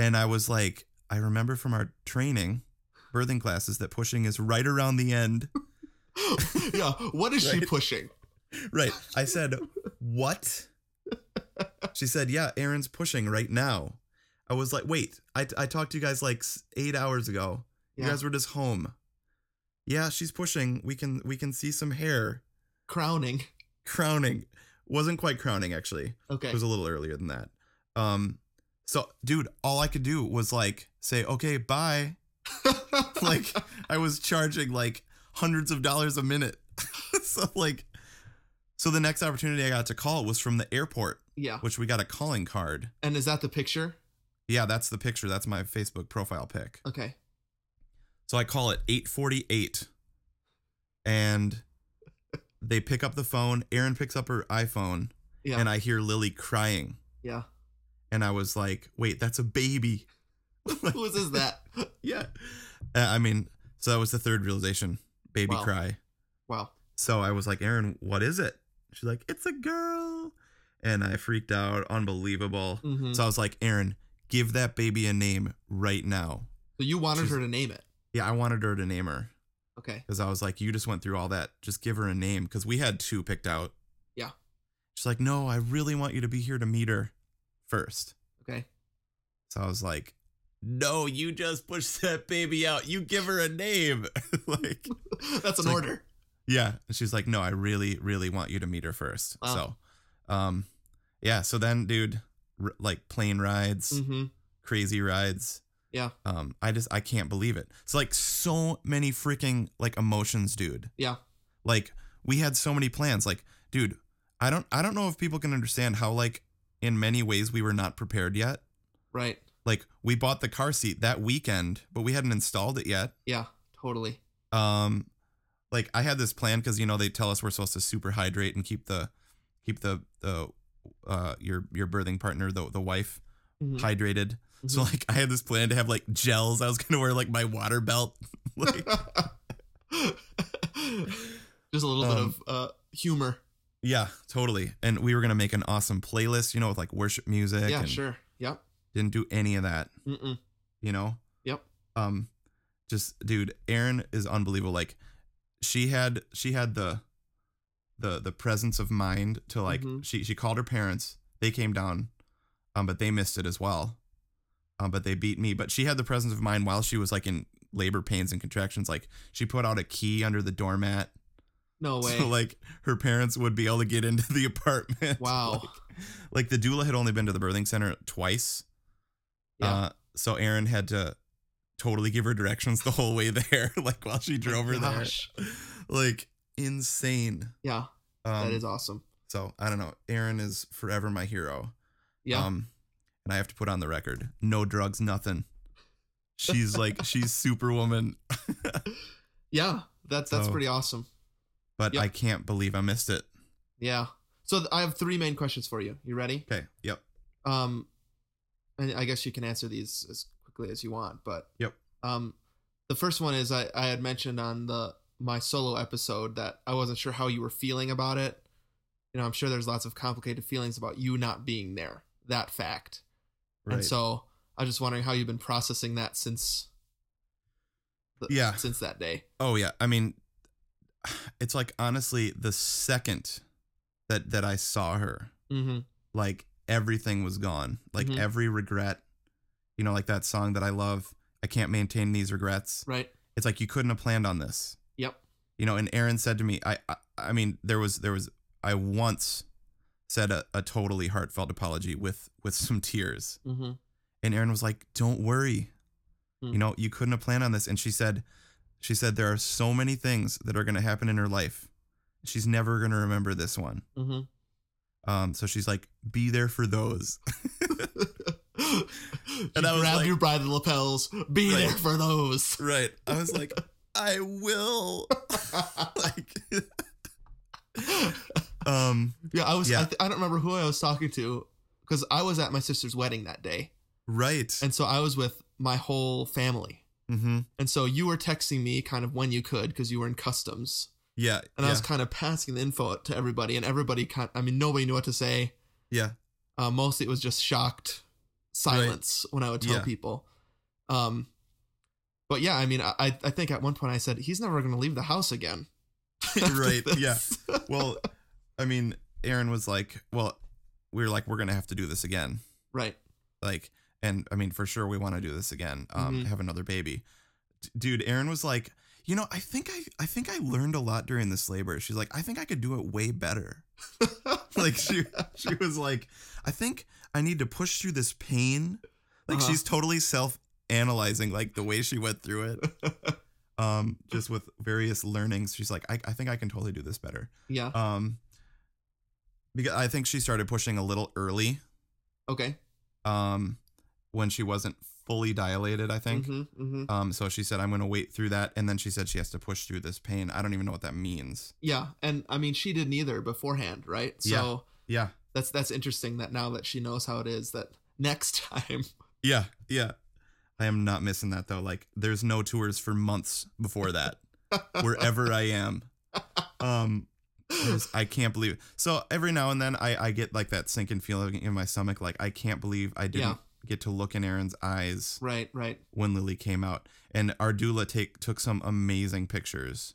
S3: And I was like, I remember from our training, birthing classes, that pushing is right around the end.
S2: yeah. What is she
S3: Right.
S2: pushing?
S3: Right. I said, What? She said, Yeah, Aaron's pushing right now. I was like, Wait, I, I talked to you guys like s- eight hours ago. You
S2: Yeah.
S3: guys were just home. Yeah, she's pushing. We can we can see some hair
S2: Crowning.
S3: crowning. Wasn't quite crowning actually.
S2: Okay.
S3: It was a little earlier than that. Um, so dude, all I could do was like say, okay, bye. like I was charging like hundreds of dollars a minute. so like, so the next opportunity I got to call was from the airport,
S2: yeah.
S3: which we got a calling card.
S2: And is that the picture?
S3: Yeah, that's the picture. That's my Facebook profile pic.
S2: Okay.
S3: So I call it 848 and they pick up the phone. Erin picks up her iPhone
S2: Yeah.
S3: and I hear Lily crying.
S2: yeah.
S3: And I was like, wait, that's a baby.
S2: Whose is that?
S3: yeah. Uh, I mean, so that was the third realization baby
S2: Wow.
S3: cry.
S2: Wow.
S3: So I was like, Erin, what is it? She's like, it's a girl. And I freaked out. Unbelievable.
S2: Mhm.
S3: So I was like, Erin, give that baby a name right now.
S2: So you wanted
S3: She's-
S2: her to name it.
S3: Yeah, I wanted her to name her.
S2: Okay.
S3: because I was like, you just went through all that. Just give her a name because we had two picked out.
S2: Yeah.
S3: She's like, no, I really want you to be here to meet her first.
S2: Okay.
S3: So I was like, no, you just push that baby out. You give her a name. like,
S2: That's an
S3: like-
S2: order.
S3: yeah. And she's like, no, I really, really want you to meet her first.
S2: Wow.
S3: So, um, yeah. So then, dude, r- like plane rides,
S2: Mm-hmm.
S3: crazy rides.
S2: Yeah.
S3: Um, I just I can't believe it. It's like so many freaking like emotions, dude.
S2: Yeah.
S3: Like we had so many plans. Like, dude, I don't I don't know if people can understand how like in many ways we were not prepared yet.
S2: Right.
S3: Like we bought the car seat that weekend, but we hadn't installed it yet.
S2: Yeah. Totally.
S3: Um like I had this plan cuz you know they tell us we're supposed to super hydrate and keep the keep the the uh your your birthing partner the the wife
S2: Mhm.
S3: hydrated. So
S2: Mm-hmm.
S3: like I had this plan to have like gels. I was gonna wear like my water belt. like
S2: Just a little bit
S3: Um,
S2: of uh, humor.
S3: yeah, totally. And we were gonna make an awesome playlist, you know, with like worship music.
S2: Yeah.
S3: and
S2: Sure. Yep.
S3: Didn't do any of that,
S2: Mm-mm.
S3: you know.
S2: Yep.
S3: Um, just dude, Erin is unbelievable. Like she had she had the the the presence of mind to like
S2: Mhm.
S3: she she called her parents. They came down, um, but they missed it as well. Um, but they beat me. But she had the presence of mind while she was like in labor pains and contractions. Like she put out a key under the doormat
S2: No way.
S3: So like her parents would be able to get into the apartment.
S2: wow.
S3: Like, like, the doula had only been to the birthing center twice.
S2: Yeah.
S3: Uh, so Aaron had to totally give her directions the whole way there, like while she drove her
S2: Oh Gosh.
S3: there. Like insane.
S2: Yeah.
S3: Um,
S2: that is awesome.
S3: So I don't know. Aaron is forever my hero.
S2: Yeah.
S3: Um, and I have to put on the record: no drugs, nothing. She's like she's superwoman,
S2: yeah. That, that's
S3: so-
S2: pretty awesome.
S3: but
S2: Yep.
S3: I can't believe I missed it.
S2: Yeah. So th- I have three main questions for you. You ready?
S3: Okay. Yep.
S2: Um, and I guess you can answer these as quickly as you want. But
S3: Yep.
S2: Um, the first one is I, I had mentioned on the my solo episode that I wasn't sure how you were feeling about it. You know, I'm sure there's lots of complicated feelings about you not being there. That fact, and so I was just wondering how you've been processing that since. The,
S3: Yeah.
S2: Since that day.
S3: Oh yeah, I mean, it's like honestly, the second that that I saw her,
S2: Mm-hmm.
S3: like everything was gone, like
S2: Mhm.
S3: every regret. You know, like that song that I love. I can't maintain these regrets.
S2: Right.
S3: It's like you couldn't have planned on this.
S2: Yep.
S3: You know, and Aaron said to me, I, I, I mean, there was, there was, I once said a, a totally heartfelt apology with with some tears.
S2: Mm-hmm.
S3: And Erin was like, "Don't worry.
S2: Hmm.
S3: You know, you couldn't have planned on this." And she said, "She said there are so many things that are going to happen in her life. She's never going to remember this one."
S2: Mm-hmm.
S3: Um, so she's like, "Be there for those."
S2: and
S3: And I was
S2: grabbed
S3: like-
S2: you by the lapels. Be
S3: Right.
S2: there for those.
S3: right. I was like, "I will." like, um,
S2: Yeah, I was. I,
S3: Yeah.
S2: th- I don't remember who I was talking to because I was at my sister's wedding that day,
S3: right.
S2: and so I was with my whole family.
S3: mm-hmm.
S2: And so you were texting me kind of when you could because you were in customs,
S3: Yeah.
S2: and
S3: yeah,
S2: I was kind of passing the info out to everybody, and everybody kind. I mean, nobody knew what to say.
S3: yeah.
S2: Uh, mostly, it was just shocked silence when I would tell
S3: Yeah.
S2: people. Um, but yeah, I mean, I I I think at one point I said he's never going to leave the house again. after
S3: Right, yeah.
S2: this."
S3: Well, I mean, Erin was like, "Well, we were like, we're going to have to do this again."
S2: Right.
S3: like and i mean for sure we want to do this again um
S2: Mhm.
S3: have another baby D- dude aaron was like You know, I think I I think I learned a lot during this labor. She's like, I think I could do it way better. like she she was like, I think I need to push through this pain. Like
S2: Uh-huh.
S3: she's totally self analyzing like the way she went through it. Um, just with various learnings. She's like, I, I think I can totally do this better.
S2: yeah.
S3: Um because I think she started pushing a little early.
S2: Okay.
S3: Um when she wasn't fully dilated, I think.
S2: hmm hmm
S3: Um, so she said, I'm going to wait through that. And then she said she has to push through this pain. I don't even know what that means.
S2: Yeah, and I mean she didn't either beforehand, right? So
S3: Yeah. Yeah.
S2: that's that's interesting that now that she knows how it is that next time
S3: Yeah. Yeah. I am not missing that though. Like there's no tours for months before that, wherever I am. Um, there's- I can't believe So every now and then I, I get like that sinking feeling in my stomach. Like I can't believe I didn't
S2: Yeah.
S3: get to look in Aaron's eyes
S2: right, right.
S3: when Lily came out. And our doula take, took some amazing pictures.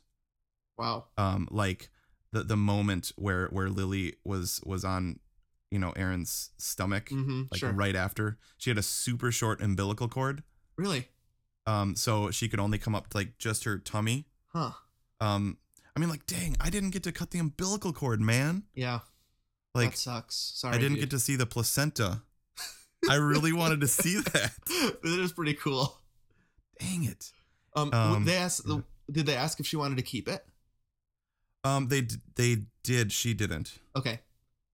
S2: Wow.
S3: um like the the moment where where Lily was was on you know Aaron's stomach
S2: hmm
S3: like
S2: sure.
S3: right after she had a super short umbilical cord
S2: Really?
S3: um so she could only come up to like just her tummy
S2: Huh.
S3: um I mean like dang I didn't get to cut the umbilical cord man
S2: Yeah.
S3: like
S2: that sucks. Sorry.
S3: I didn't get to see the placenta I really wanted to see that
S2: to That is pretty cool.
S3: dang it
S2: Um, w-
S3: Um,
S2: they asked the, did they ask if she wanted to keep it?
S3: um they d- they did she didn't
S2: Okay.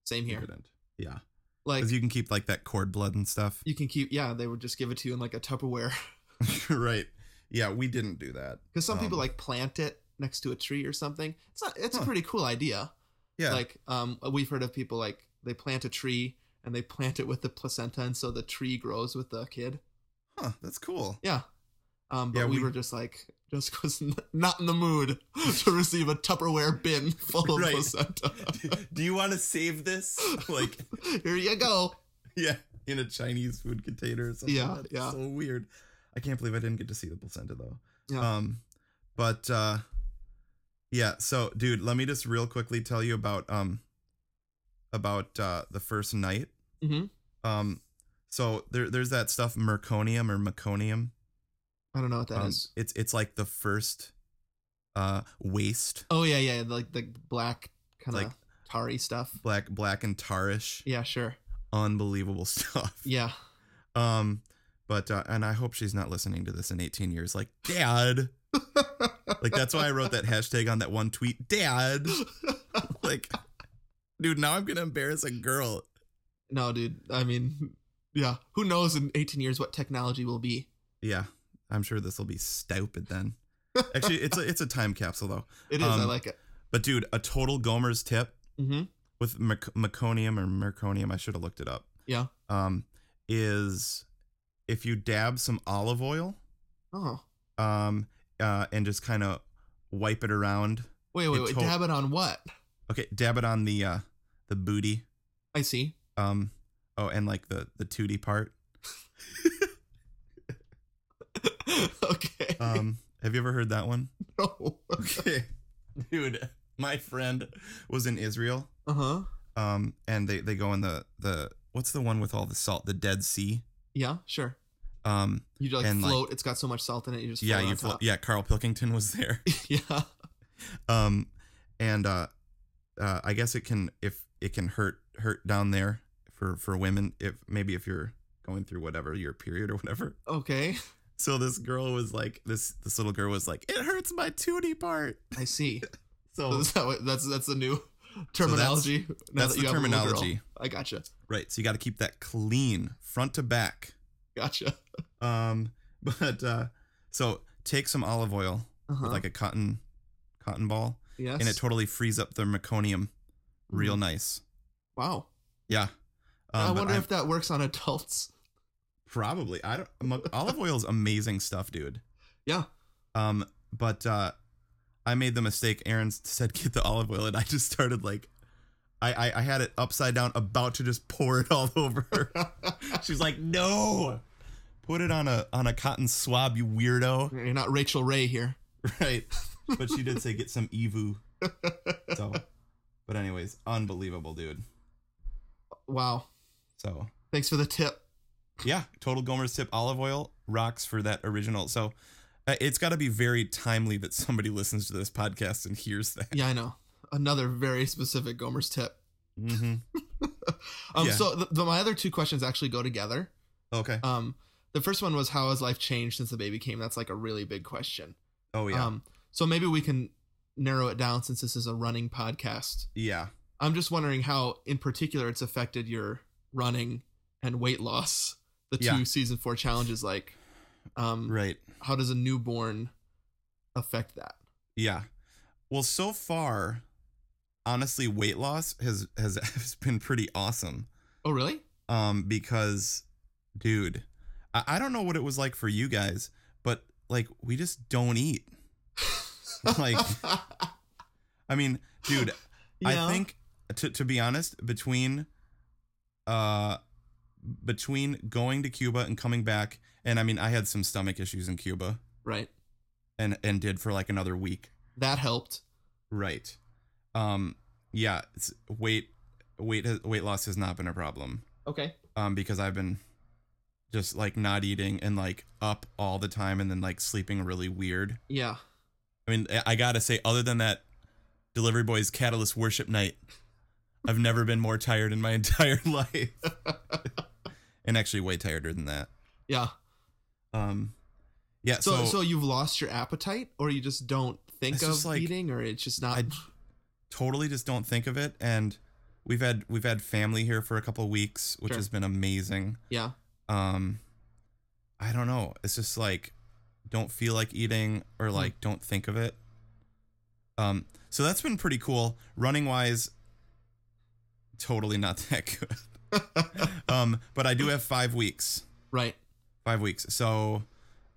S2: Same
S3: She
S2: here.
S3: didn't yeah
S2: Like
S3: because
S2: you,
S3: you can keep like that cord blood and stuff
S2: can keep yeah, they would just give it to you in like a Tupperware.
S3: right yeah we didn't do that
S2: Because some people
S3: Um,
S2: like plant it next to a tree or something. It's not it's
S3: Huh.
S2: a pretty cool idea.
S3: yeah
S2: Like um, we've heard of people like they plant a tree and they plant it with the placenta, and so the tree grows with the kid.
S3: Huh, that's cool.
S2: Yeah. Um, but
S3: Yeah,
S2: we,
S3: we-
S2: were just like just was n- not in the mood to receive a Tupperware bin full of
S3: Right.
S2: placenta.
S3: Do you want to save this? Like,
S2: Here you go.
S3: yeah, in a Chinese food container or something.
S2: Yeah,
S3: That's
S2: yeah.
S3: So weird. I can't believe I didn't get to see the placenta though.
S2: Yeah.
S3: Um, but uh, yeah. So, dude, let me just real quickly tell you about um, about uh, the first night.
S2: Mhm.
S3: Um, so there, there's that stuff merconium or meconium.
S2: I don't know what that is.
S3: Um, It's it's like the first, uh, waste
S2: Oh yeah, yeah, like the black kind of
S3: Like-
S2: tarry stuff.
S3: black black and tarish,
S2: Yeah, sure.
S3: unbelievable stuff.
S2: Yeah.
S3: Um, but uh, and I hope she's not listening to this in 18 years. Like, Dad. like that's why I wrote that hashtag on that one tweet, Dad. Like, dude, now I'm gonna embarrass a girl.
S2: No, dude. I mean, yeah. Who knows in 18 years what technology will be?
S3: Yeah, I'm sure this will be stupid then. Actually, it's a it's a time capsule though.
S2: It is. I
S3: Um,
S2: like it.
S3: But dude, a total Gomer's tip
S2: Mm-hmm.
S3: with merc- meconium or merconium. I should have looked it up.
S2: Yeah.
S3: Um, is if you dab some olive oil,
S2: Oh,
S3: um, uh, and just kind of wipe it around
S2: wait, wait,
S3: It
S2: wait.
S3: to-
S2: Dab it on what?
S3: Okay, dab it on the uh the booty.
S2: I see.
S3: Um oh and like the the tootie part.
S2: okay.
S3: Um have you ever heard that one?
S2: no.
S3: Okay. Dude, my friend was in Israel.
S2: Uh huh.
S3: Um and they they go in the the what's the one with all the salt? The Dead Sea.
S2: Yeah. Sure.
S3: Um
S2: You like
S3: And, like-
S2: float. it's got so much salt in it. You just
S3: yeah,
S2: float
S3: you
S2: on
S3: flo-
S2: top.
S3: yeah, Carl Pilkington was there.
S2: yeah.
S3: Um and uh uh I guess it can if it can hurt hurt down there for for women if maybe if you're going through whatever your period or whatever.
S2: Okay.
S3: So this girl was like, this this little girl was like, it hurts my tootie part.
S2: I see. So
S3: So
S2: is that what- that's that's the new terminology. now
S3: that's
S2: that
S3: the
S2: you have a little girl.
S3: terminology.
S2: I gotcha.
S3: right, so you got to keep that clean front to back.
S2: Gotcha.
S3: Um, but uh, so take some olive oil
S2: Uh-huh.
S3: with like a cotton cotton ball,
S2: yes.
S3: and it totally frees up the meconium, real nice.
S2: wow.
S3: Yeah. Um,
S2: I
S3: but
S2: wonder
S3: I'm-
S2: if that works on adults.
S3: probably I don't. mo- olive oil is amazing stuff, dude.
S2: Yeah.
S3: Um, but uh, I made the mistake. Aaron said get the olive oil, and I just started like, I I, I had it upside down, about to just pour it all over her. She's like, no, put it on a on a cotton swab, you weirdo.
S2: You're not Rachel Ray here.
S3: Right. But she did say get some Evu. So, but anyways, unbelievable, dude.
S2: Wow.
S3: So
S2: Thanks for the tip.
S3: yeah, total Gomer's tip olive oil rocks for that original. So. Uh, It's got to be very timely that somebody listens to this podcast and hears that.
S2: Yeah, I know. Another very specific Gomer's tip.
S3: Mm-hmm.
S2: Um,
S3: Yeah.
S2: So the, the, my other two questions actually go together.
S3: Okay.
S2: Um, the first one was how has life changed since the baby came? That's like a really big question.
S3: Oh yeah.
S2: Um, so maybe we can narrow it down since this is a running podcast.
S3: yeah.
S2: I'm just wondering how, in particular, it's affected your running and weight loss. The two
S3: Yeah.
S2: season four challenges, like, um,
S3: Right.
S2: how does a newborn affect that?
S3: Yeah. Well, so far, honestly, weight loss has has, has been pretty awesome.
S2: Oh, really?
S3: Um, because, dude, I, I don't know what it was like for you guys, but like we just don't eat. like, I mean, dude,
S2: Yeah.
S3: I think to to be honest, between uh between going to Cuba and coming back, and I mean, I had some stomach issues in Cuba
S2: right.
S3: and and did for like another week.
S2: That helped.
S3: Right. Um yeah, it's weight weight has, weight loss has not been a problem.
S2: Okay.
S3: Um because I've been just like not eating and like up all the time and then like sleeping really weird.
S2: Yeah.
S3: I mean, I- I got to say other than that Delivery Boy's Catalyst worship night, I've never been more tired in my entire life. and actually way tireder than that.
S2: Yeah.
S3: Um yeah,
S2: So,
S3: so,
S2: so you've lost your appetite, or you just don't think
S3: It's
S2: of
S3: just like-
S2: eating, or it's just not.
S3: I totally just don't think of it and we've had we've had family here for a couple weeks, which
S2: Sure.
S3: has been amazing.
S2: yeah.
S3: um i don't know it's just like don't feel like eating
S2: Hmm.
S3: or like don't think of it um so that's been pretty cool running wise totally not that good um but i do have five weeks
S2: Right.
S3: five weeks so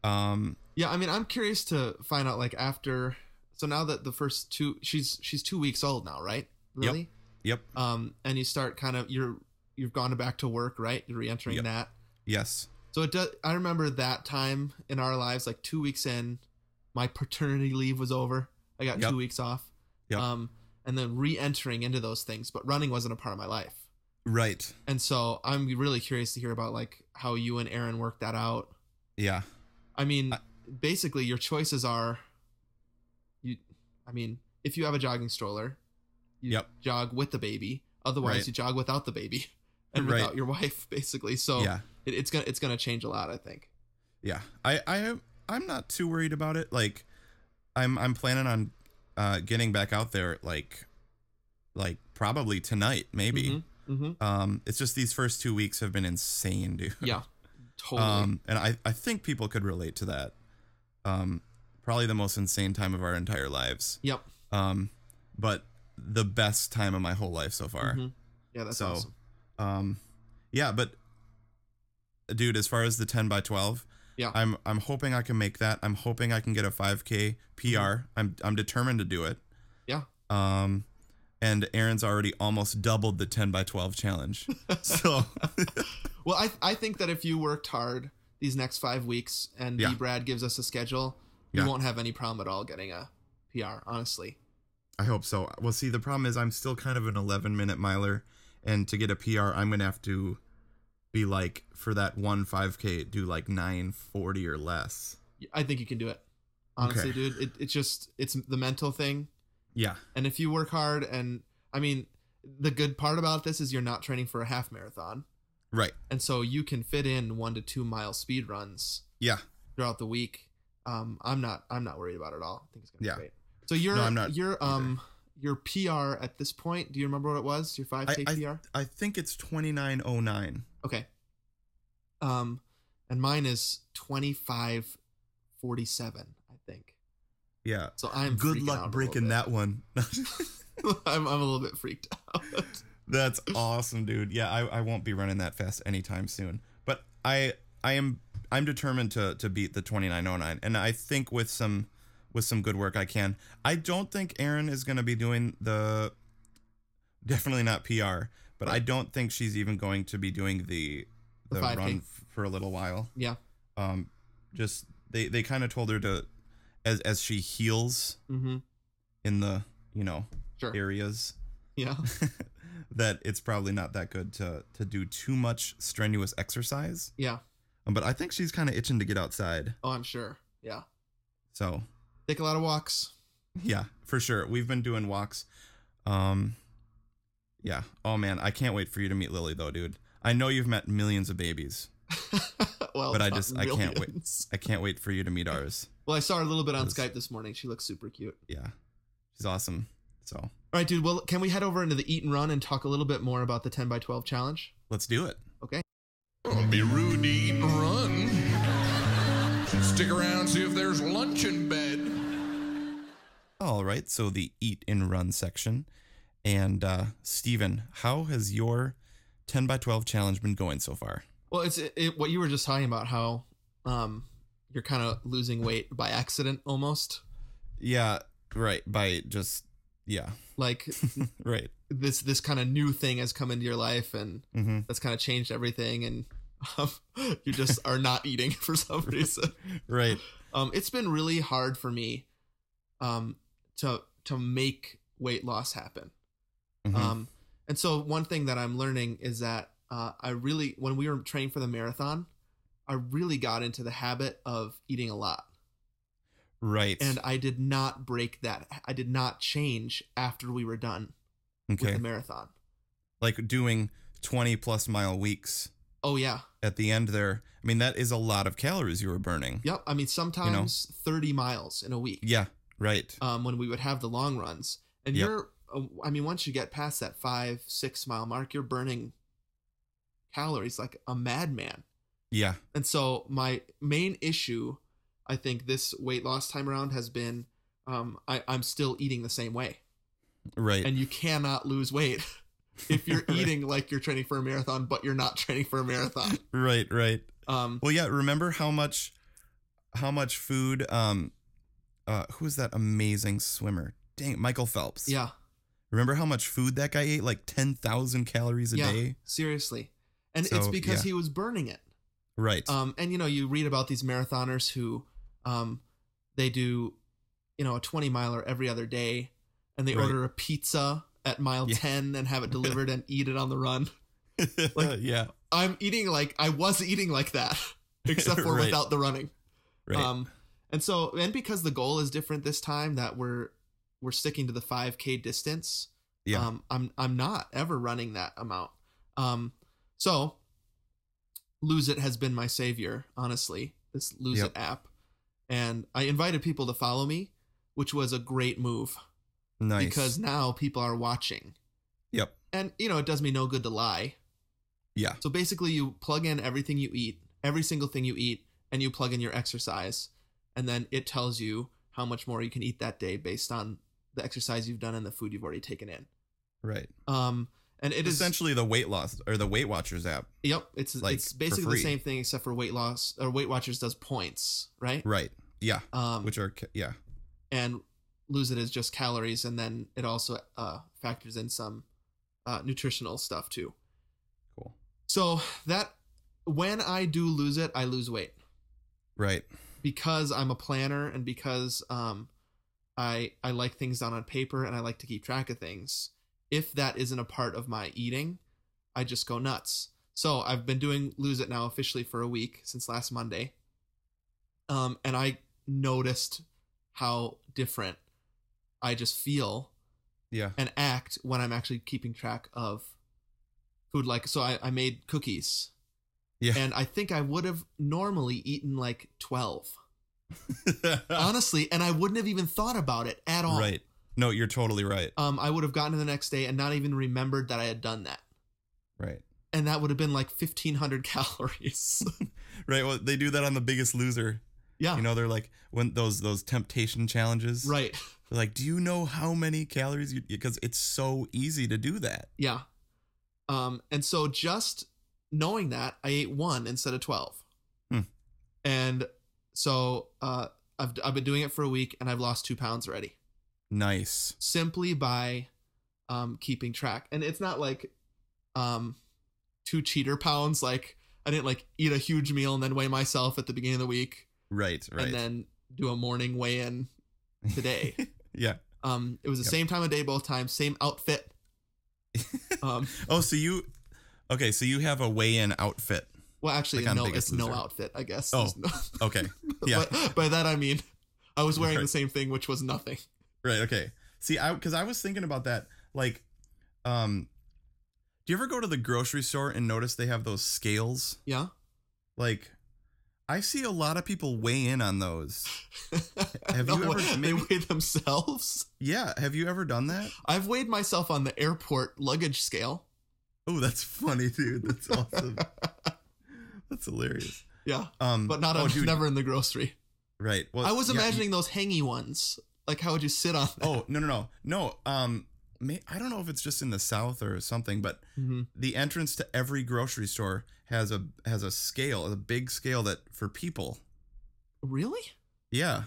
S3: um
S2: Yeah, I mean, I'm curious to find out like after. So now that the first two, she's she's two weeks old now, right? Really?
S3: yep
S2: Um, and you start kind of you're you've gone back to work, right? You're re-entering
S3: Yep.
S2: that.
S3: yes
S2: So it does. I remember that time in our lives, like two weeks in, my paternity leave was over. I got
S3: Yep.
S2: two weeks off.
S3: Yep.
S2: Um, and then re-entering into those things, but running wasn't a part of my life.
S3: right
S2: And so I'm really curious to hear about like how you and Aaron worked that out.
S3: yeah
S2: I mean,
S3: I-
S2: basically, your choices are you. I mean, if you have a jogging stroller, you
S3: Yep.
S2: jog with the baby. Otherwise,
S3: Right.
S2: you jog without the baby and
S3: Right.
S2: without your wife, basically. So
S3: yeah
S2: it, it's gonna it's gonna change a lot, I think.
S3: yeah i i i'm not too worried about it like i'm i'm planning on uh getting back out there like like probably tonight maybe
S2: hmm
S3: Um, it's just these first two weeks have been insane, dude.
S2: Yeah, totally.
S3: Um, and I, I think people could relate to that. Um, probably the most insane time of our entire lives.
S2: yep.
S3: Um, but the best time of my whole life so far.
S2: Mhm. Yeah, that's
S3: so,
S2: awesome.
S3: um, yeah, but dude, as far as the 10 by 12,
S2: Yeah.
S3: I'm, I'm hoping I can make that. I'm hoping I can get a 5k PR. I'm, I'm determined to do it.
S2: Yeah.
S3: Um, and Aaron's already almost doubled the 10 by 12 challenge. so,
S2: Well, I I think that if you worked hard these next five weeks and
S3: Yeah.
S2: B Brad gives us a schedule,
S3: Yeah.
S2: you won't have any problem at all getting a PR. Honestly.
S3: I hope so. Well, see, the problem is I'm still kind of an 11 minute miler, and to get a PR, I'm gonna have to be like for that one 5K, do like 940 or less.
S2: I think you can do it. Honestly, dude, it, it's just it's the mental thing.
S3: Yeah,
S2: And if you work hard, and I mean, the good part about this is you're not training for a half marathon,
S3: right.
S2: and so you can fit in one to two mile speed runs
S3: Yeah,
S2: throughout the week. Um, I'm not I'm not worried about it at all. I think it's gonna
S3: Yeah.
S2: be great. So you're
S3: No, I'm not
S2: you're um your PR at this point. Do you remember what it was? Your five K
S3: I-
S2: PR?
S3: I think it's 2909.
S2: Okay. Um, and mine is twenty five forty seven. I think.
S3: Yeah.
S2: So I'm
S3: Good
S2: freaking out a
S3: luck
S2: little
S3: breaking
S2: bit.
S3: that one.
S2: I'm, I'm a little bit freaked out.
S3: That's awesome, dude. Yeah, I, I won't be running that fast anytime soon. But I I am I'm determined to to beat the 2909 and I think with some with some good work I can. I don't think Erin is going to be doing the definitely not PR, but I don't think she's even going to be doing the
S2: The
S3: the
S2: 5K.
S3: run f- for a little while.
S2: Yeah.
S3: Um just they they kind of told her to as as she heals
S2: Mm-hmm.
S3: in the, you know,
S2: Sure.
S3: areas
S2: Yeah.
S3: that it's probably not that good to to do too much strenuous exercise.
S2: Yeah.
S3: Um, But I think she's kind of itching to get outside.
S2: Oh, I'm sure. Yeah.
S3: So
S2: Take a lot of walks.
S3: yeah, for sure. We've been doing walks. Um yeah. Oh man, I can't wait for you to meet Lily though, dude. I know you've met millions of babies.
S2: well,
S3: But I
S2: not
S3: just- I can't wait.
S2: millions.
S3: I can't wait for you to meet ours.
S2: Well, I saw her a little bit on
S3: Yes.
S2: Skype this morning. She looks super cute.
S3: Yeah. She's awesome. So
S2: All right, dude. Well, can we head over into the eat and run and talk a little bit more about the 10 by 12 challenge?
S3: let's do it.
S2: Okay.
S4: Be rude to eat and run. Stick around, see if there's lunch in bed.
S3: All right, so the eat and run section. And uh Steven, how has your 10 by 12 challenge been going so far?
S2: Well, it's it, it- what you were just talking about how um, you're kind of losing weight by accident almost.
S3: Yeah, right, by just yeah,
S2: Like
S3: right.
S2: this this kind of new thing has come into your life and
S3: Mhm.
S2: that's kind of changed everything and um, you just are not eating for some reason.
S3: Right.
S2: Um, it's been really hard for me um, to to make weight loss happen.
S3: Mhm.
S2: Um, and so one thing that I'm learning is that uh, I really, when we were training for the marathon, I really got into the habit of eating a lot,
S3: right.
S2: and I did not break that. I did not change after we were done with
S3: okay.
S2: the marathon.
S3: like doing 20 plus mile weeks
S2: Oh yeah,
S3: at the end there. I mean, that is a lot of calories you were burning.
S2: yep. I mean, sometimes 30 miles in a week.
S3: Yeah, right.
S2: um, when we would have the long runs. And
S3: Yep.
S2: you're, uh, I mean, once you get past that five, six mile mark, you're burning calories like a madman.
S3: yeah.
S2: And so my main issue, I think, this weight loss time around has been, um, I, I'm still eating the same way,
S3: Right.
S2: and you cannot lose weight. If you're eating like you're training for a marathon, but you're not training for a marathon,
S3: right, right.
S2: um,
S3: Well, yeah, remember how much how much food um uh who was that amazing swimmer? Dang, Michael Phelps.
S2: yeah,
S3: Remember how much food that guy ate? Like 10,000 calories a
S2: yeah,
S3: day?
S2: seriously, and it's
S3: So,
S2: because
S3: yeah.
S2: he was burning it.
S3: Right.
S2: Um, and you know, you read about these marathoners who, um, they do, you know, a twenty miler every other day, and they
S3: Right.
S2: order a pizza at mile
S3: Yeah.
S2: ten and have it delivered and eat it on the run. like-
S3: yeah.
S2: I'm eating like I was eating like that, except for
S3: Right.
S2: without the running.
S3: Right.
S2: Um, and so and because the goal is different this time, that we're we're sticking to the five k distance.
S3: Yeah.
S2: Um, I'm I'm not ever running that amount. Um, so lose it has been my savior, honestly. This lose
S3: Yep.
S2: it app, and I invited people to follow me, which was a great move
S3: nice.
S2: because now people are watching,
S3: Yep.
S2: and you know it does me no good to lie.
S3: Yeah.
S2: So basically, you plug in everything you eat, every single thing you eat, and you plug in your exercise, and then it tells you how much more you can eat that day based on the exercise you've done and the food you've already taken in.
S3: Right.
S2: Um, and it
S3: It's
S2: is
S3: essentially the weight loss or the Weight Watchers app.
S2: yep, it's
S3: like,
S2: it's
S3: for
S2: basically the
S3: free.
S2: same thing except for weight loss or Weight Watchers does points, right?
S3: Right. Yeah.
S2: Um,
S3: Which are ca- yeah.
S2: and lose it as just calories, and then it also uh, factors in some uh, nutritional stuff too.
S3: Cool.
S2: So that when I do lose it, I lose weight.
S3: Right.
S2: because I'm a planner and because um, I I like things down on paper and I like to keep track of things. If that isn't a part of my eating, I just go nuts. So I've been doing lose it now officially for a week since last Monday, um, and I noticed how different I just feel
S3: Yeah.
S2: and act when I'm actually keeping track of food. Like, so I, I made cookies.
S3: Yeah.
S2: And I think I would have normally eaten like 12, honestly, and I wouldn't have even thought about it at all.
S3: right. No, you're totally right.
S2: Um, I would have gotten to the next day and not even remembered that I had done that.
S3: Right.
S2: And that would have been like 1,500 calories.
S3: Right. Well, they do that on The Biggest Loser.
S2: yeah.
S3: You know, they're like when those those temptation challenges.
S2: Ah. right.
S3: They're like, do you know how many calories you? Because it's so easy to do that.
S2: Yeah. Um, and so just knowing that, I ate one instead of twelve.
S3: Hmm.
S2: And so uh, I've I've been doing it for a week, and I've lost two pounds already
S3: Nice.
S2: simply by um, keeping track. And it's not like um, two cheater pounds. Like I didn't like eat a huge meal and then weigh myself at the beginning of the week,
S3: Right. Right.
S2: and then do a morning weigh in today.
S3: yeah.
S2: um, it was the
S3: Yep.
S2: same time of day both times, same outfit. um,
S3: Oh, so you. Okay, so you have a weigh-in outfit.
S2: Well, actually,
S3: Like on
S2: no,
S3: Biggest
S2: it's no
S3: Loser.
S2: outfit, I guess.
S3: Oh,
S2: There's no,
S3: Okay. Yeah.
S2: but by that I mean I was wearing the
S3: Right.
S2: same thing, which was nothing.
S3: Right. Okay. See, I because I was thinking about that. Like, um, do you ever go to the grocery store and notice they have those scales?
S2: Yeah.
S3: Like, I see a lot of people weigh in on those. Have
S2: No,
S3: you ever?
S2: They
S3: maybe-
S2: weigh themselves.
S3: yeah. Have you ever done that?
S2: I've weighed myself on the airport luggage scale.
S3: Oh, that's funny, dude. That's awesome. that's hilarious.
S2: Yeah,
S3: Um,
S2: but not
S3: oh,
S2: on,
S3: dude,
S2: never in the grocery.
S3: Right. Well,
S2: I was
S3: yeah,
S2: imagining those hangy ones. Like, how would you sit on? That?
S3: Oh no no no no. Um, may, I don't know if it's just in the south or something, but
S2: Mhm.
S3: the entrance to every grocery store has a has a scale, a big scale that for people.
S2: Really?
S3: Yeah,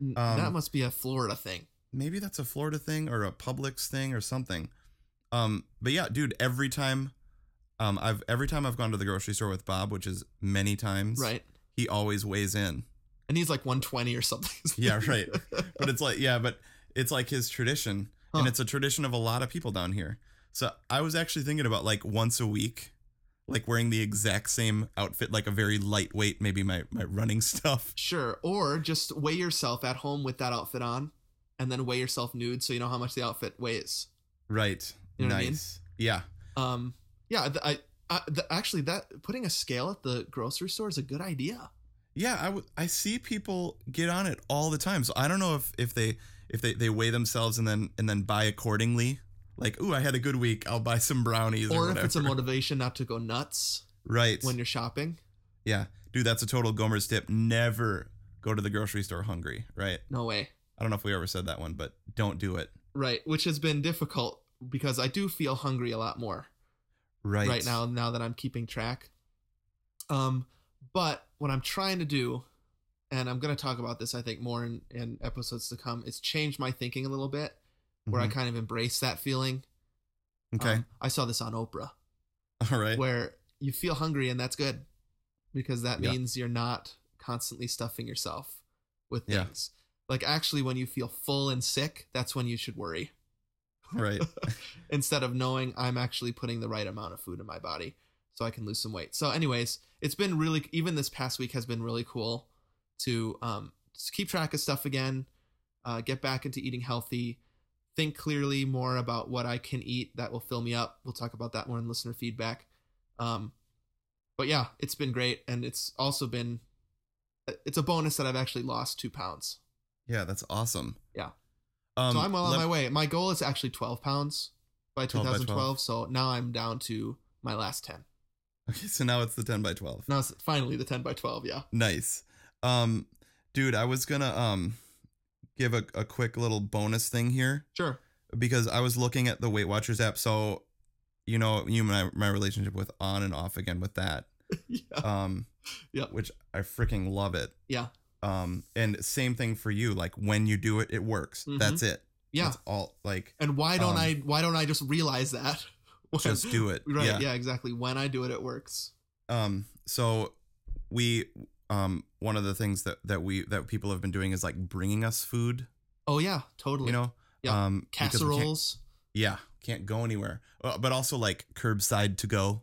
S2: N-
S3: Um,
S2: that must be a Florida thing.
S3: maybe that's a Florida thing or a Publix thing or something. Um, but yeah, dude, every time, um, I've every time I've gone to the grocery store with Bob, which is many times,
S2: Right.
S3: He always weighs in.
S2: And he's like 120 or something.
S3: Yeah, right. but it's like yeah, but it's like his tradition, and
S2: Huh.
S3: it's a tradition of a lot of people down here. So I was actually thinking about like once a week, like wearing the exact same outfit, like a very lightweight, maybe my my running stuff.
S2: Sure. Or just weigh yourself at home with that outfit on and then weigh yourself nude so you know how much the outfit weighs.
S3: Right.
S2: You know what I mean?
S3: nice. Yeah.
S2: Um, yeah, th- I, I th- actually that putting a scale at the grocery store is a good idea.
S3: Yeah, I, w- I see people get on it all the time. So I don't know if if they if they, they weigh themselves and then and then buy accordingly. Like, ooh, I had a good week. I'll buy some brownies or,
S2: Or if it's a
S3: whatever."
S2: motivation not to go nuts
S3: right.
S2: when you're shopping.
S3: yeah, dude, that's a total Gomer's tip. Never go to the grocery store hungry. Right.
S2: No way.
S3: I don't know if we ever said that one, but don't do it.
S2: Right, which has been difficult because I do feel hungry a lot more
S3: Right.
S2: right, now now that I'm keeping track. Um but what I'm trying to do and I'm going to talk about this I think more in, in episodes to come is change my thinking a little bit where I
S3: Mhm.
S2: kind of embrace that feeling.
S3: Mm-hmm. okay.
S2: Um, I saw this on Oprah
S3: all right.
S2: um, where you feel hungry and that's good because that
S3: Yeah.
S2: means you're not constantly stuffing yourself with
S3: Yeah.
S2: things. Like actually when you feel full and sick, that's when you should worry
S3: right.
S2: instead of knowing I'm actually putting the right amount of food in my body so I can lose some weight. So, anyways, it's been really, even this past week has been really cool to um, just keep track of stuff again, uh, get back into eating healthy, think clearly more about what I can eat that will fill me up. We'll talk about that more in listener feedback. Um, but yeah, it's been great. And it's also been, it's a bonus that I've actually lost two pounds.
S3: Yeah, that's awesome.
S2: Yeah.
S3: Um,
S2: so I'm well on
S3: let-
S2: my way. My goal is actually 12 pounds by
S3: 12 by 12.
S2: 2012. So now I'm down to my last 10.
S3: Okay, so now it's the ten by twelve.
S2: Now it's finally the 10 by 12. Yeah.
S3: Nice. Um dude, I was gonna um give a, a quick little bonus thing here
S2: Sure.
S3: because I was looking at the Weight Watchers app, so you know you my my relationship with on and off again with that.
S2: yeah.
S3: Um
S2: Yep.
S3: which I freaking love it.
S2: Yeah.
S3: Um and same thing for you, like when you do it, it works.
S2: Mhm.
S3: That's it.
S2: Yeah.
S3: That's all like
S2: And why don't
S3: um,
S2: I, why don't I just realize that? When-
S3: just do it.
S2: Right.
S3: Yeah.
S2: Yeah. exactly. When I do it, it works.
S3: um so we um one of the things that that we that people have been doing is like bringing us food
S2: Oh yeah, totally.
S3: you know
S2: Yeah.
S3: um because we can't-
S2: casseroles.
S3: yeah can't go anywhere Uh, but also like curbside to go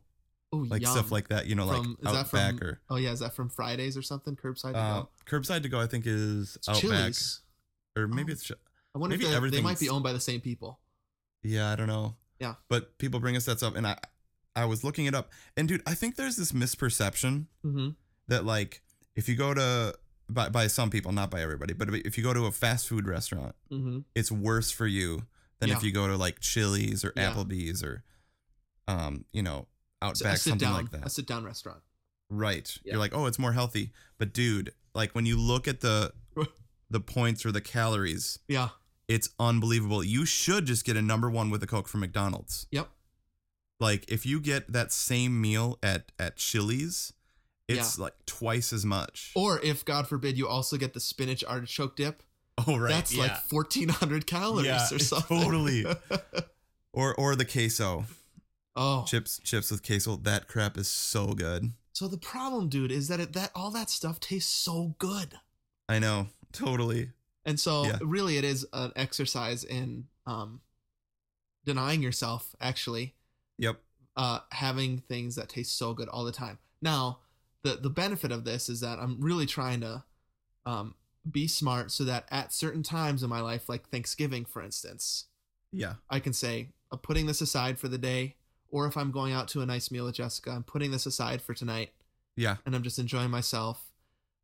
S2: Oh,
S3: like
S2: yum.
S3: stuff like that you know like
S2: From- is that from
S3: outback or
S2: Oh yeah. Is that from Fridays or something? Curbside. to
S3: uh,
S2: go?
S3: curbside to go i think is
S2: It's
S3: outback
S2: Chili's.
S3: or maybe
S2: Oh.
S3: it's it's
S2: I wonder
S3: Maybe
S2: if they're- they might
S3: everything's-
S2: be owned by the same people.
S3: yeah i don't know
S2: Yeah.
S3: but people bring us that stuff and i i was looking it up and dude i think there's this misperception
S2: Mm-hmm.
S3: that like if you go to by, by some people not by everybody but if you go to a fast food restaurant
S2: Mm-hmm.
S3: it's worse for you than if
S2: Yeah.
S3: you go to like Chili's or
S2: Yeah.
S3: Applebee's or um, you know,
S2: So a
S3: Outback,
S2: sit
S3: something
S2: down,
S3: like
S2: a
S3: that.
S2: sit down restaurant.
S3: Right.
S2: Yeah.
S3: You're like, oh, it's more healthy. But dude, like when you look at the the points or the calories,
S2: Yeah.
S3: it's unbelievable. You should just get a number one with a Coke from McDonald's.
S2: Yep.
S3: Like if you get that same meal at at Chili's, it's like twice as much.
S2: Or if God forbid you also get the spinach artichoke dip,
S3: oh right.
S2: that's like fourteen hundred calories
S3: Yeah,
S2: or something.
S3: totally. or or the queso.
S2: oh,
S3: Chips chips with queso. That crap is so good.
S2: so the problem, dude, is that it, that all that stuff tastes so good,
S3: I know, totally.
S2: and so
S3: Yeah.
S2: really it is an exercise in um, denying yourself actually
S3: Yep.
S2: uh, having things that taste so good all the time. Now, the the benefit of this is that I'm really trying to um, be smart so that at certain times in my life, like Thanksgiving, for instance,
S3: Yeah.
S2: I can say, I'm putting this aside for the day. Or if I'm going out to a nice meal with Jessica, I'm putting this aside for tonight
S3: Yeah.
S2: and I'm just enjoying myself.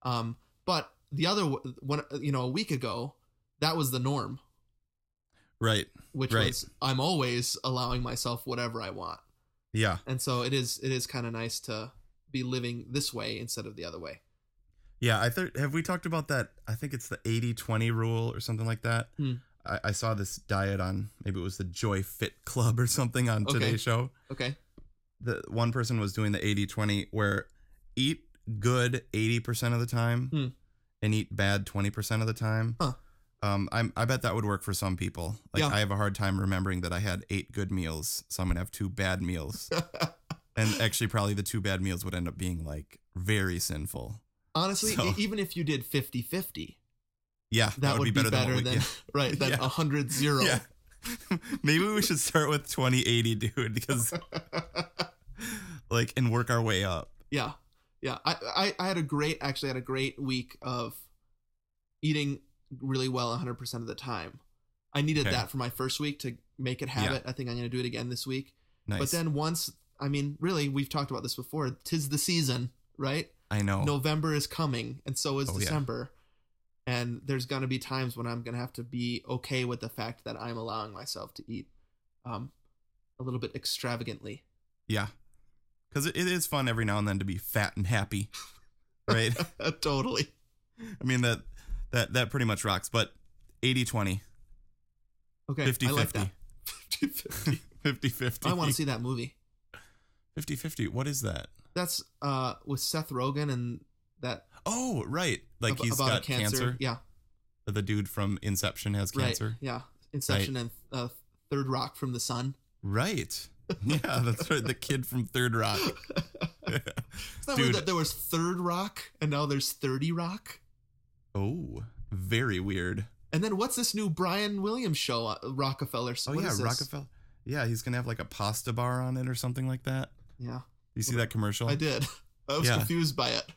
S2: Um, but the other w- one, you know, a week ago, that was the norm,
S3: Right.
S2: which
S3: Right.
S2: was I'm always allowing myself whatever I want.
S3: Yeah.
S2: And so it is, it is kind of nice to be living this way instead of the other way.
S3: Yeah. I th- have we talked about that? I think it's the 80 20 rule or something like that.
S2: Hmm.
S3: I-, I saw this diet on maybe it was the Joy Fit Club or something on
S2: Okay.
S3: today's show.
S2: Okay.
S3: The one person was doing the 80 20 where eat good 80% of the time
S2: Hmm.
S3: and eat bad 20% of the time.
S2: Huh.
S3: Um, I'm, I bet that would work for some people. Like
S2: Yeah.
S3: I have a hard time remembering that I had eight good meals, so I'm gonna have two bad meals. and actually, probably the two bad meals would end up being like very sinful.
S2: Honestly,
S3: So-
S2: e- even if you did 50 50,
S3: Yeah,
S2: that, would, be better,
S3: what
S2: than,
S3: we-
S2: right than
S3: Yeah.
S2: 100 0.
S3: yeah. yeah. Maybe we should start with 2080, dude, because like and work our way up.
S2: yeah yeah I, I i had a great actually had a great week of eating really well 100% of the time i needed
S3: Okay.
S2: that for my first week to make it habit i think i'm going to do it again this week
S3: Nice.
S2: but then once i mean really we've talked about this before tis the season right
S3: I know.
S2: november is coming and so is
S3: Oh, yeah.
S2: december and there's going to be times when i'm going to have to be okay with the fact that i'm allowing myself to eat um, a little bit extravagantly
S3: Yeah. Because it, it is fun every now and then to be fat and happy, right?
S2: totally
S3: I mean that that that pretty much rocks. But 80 20,
S2: okay
S3: 50
S2: i like
S3: 50,
S2: that 50
S3: 50 50.
S2: I want to see that movie.
S3: 50 50. What is that?
S2: That's uh with Seth Rogen and that
S3: Oh, right.
S2: ab-
S3: Like he's
S2: about
S3: got
S2: a cancer.
S3: cancer.
S2: Yeah,
S3: The dude from Inception has
S2: right.
S3: cancer.
S2: Yeah, Inception and uh, Third Rock from the Sun.
S3: Right. Yeah, that's right. The kid from Third Rock.
S2: It's not
S3: Dude.
S2: weird that there was Third Rock and now there's Thirty Rock.
S3: Oh, very weird.
S2: And then what's this new Brian Williams show? Uh, Rockefeller.
S3: Oh
S2: what
S3: yeah,
S2: is this?
S3: Rockefeller. Yeah, he's gonna have like a pasta bar on it or something like that.
S2: Yeah,
S3: You see that commercial?
S2: I did. I was
S3: Yeah.
S2: confused by it.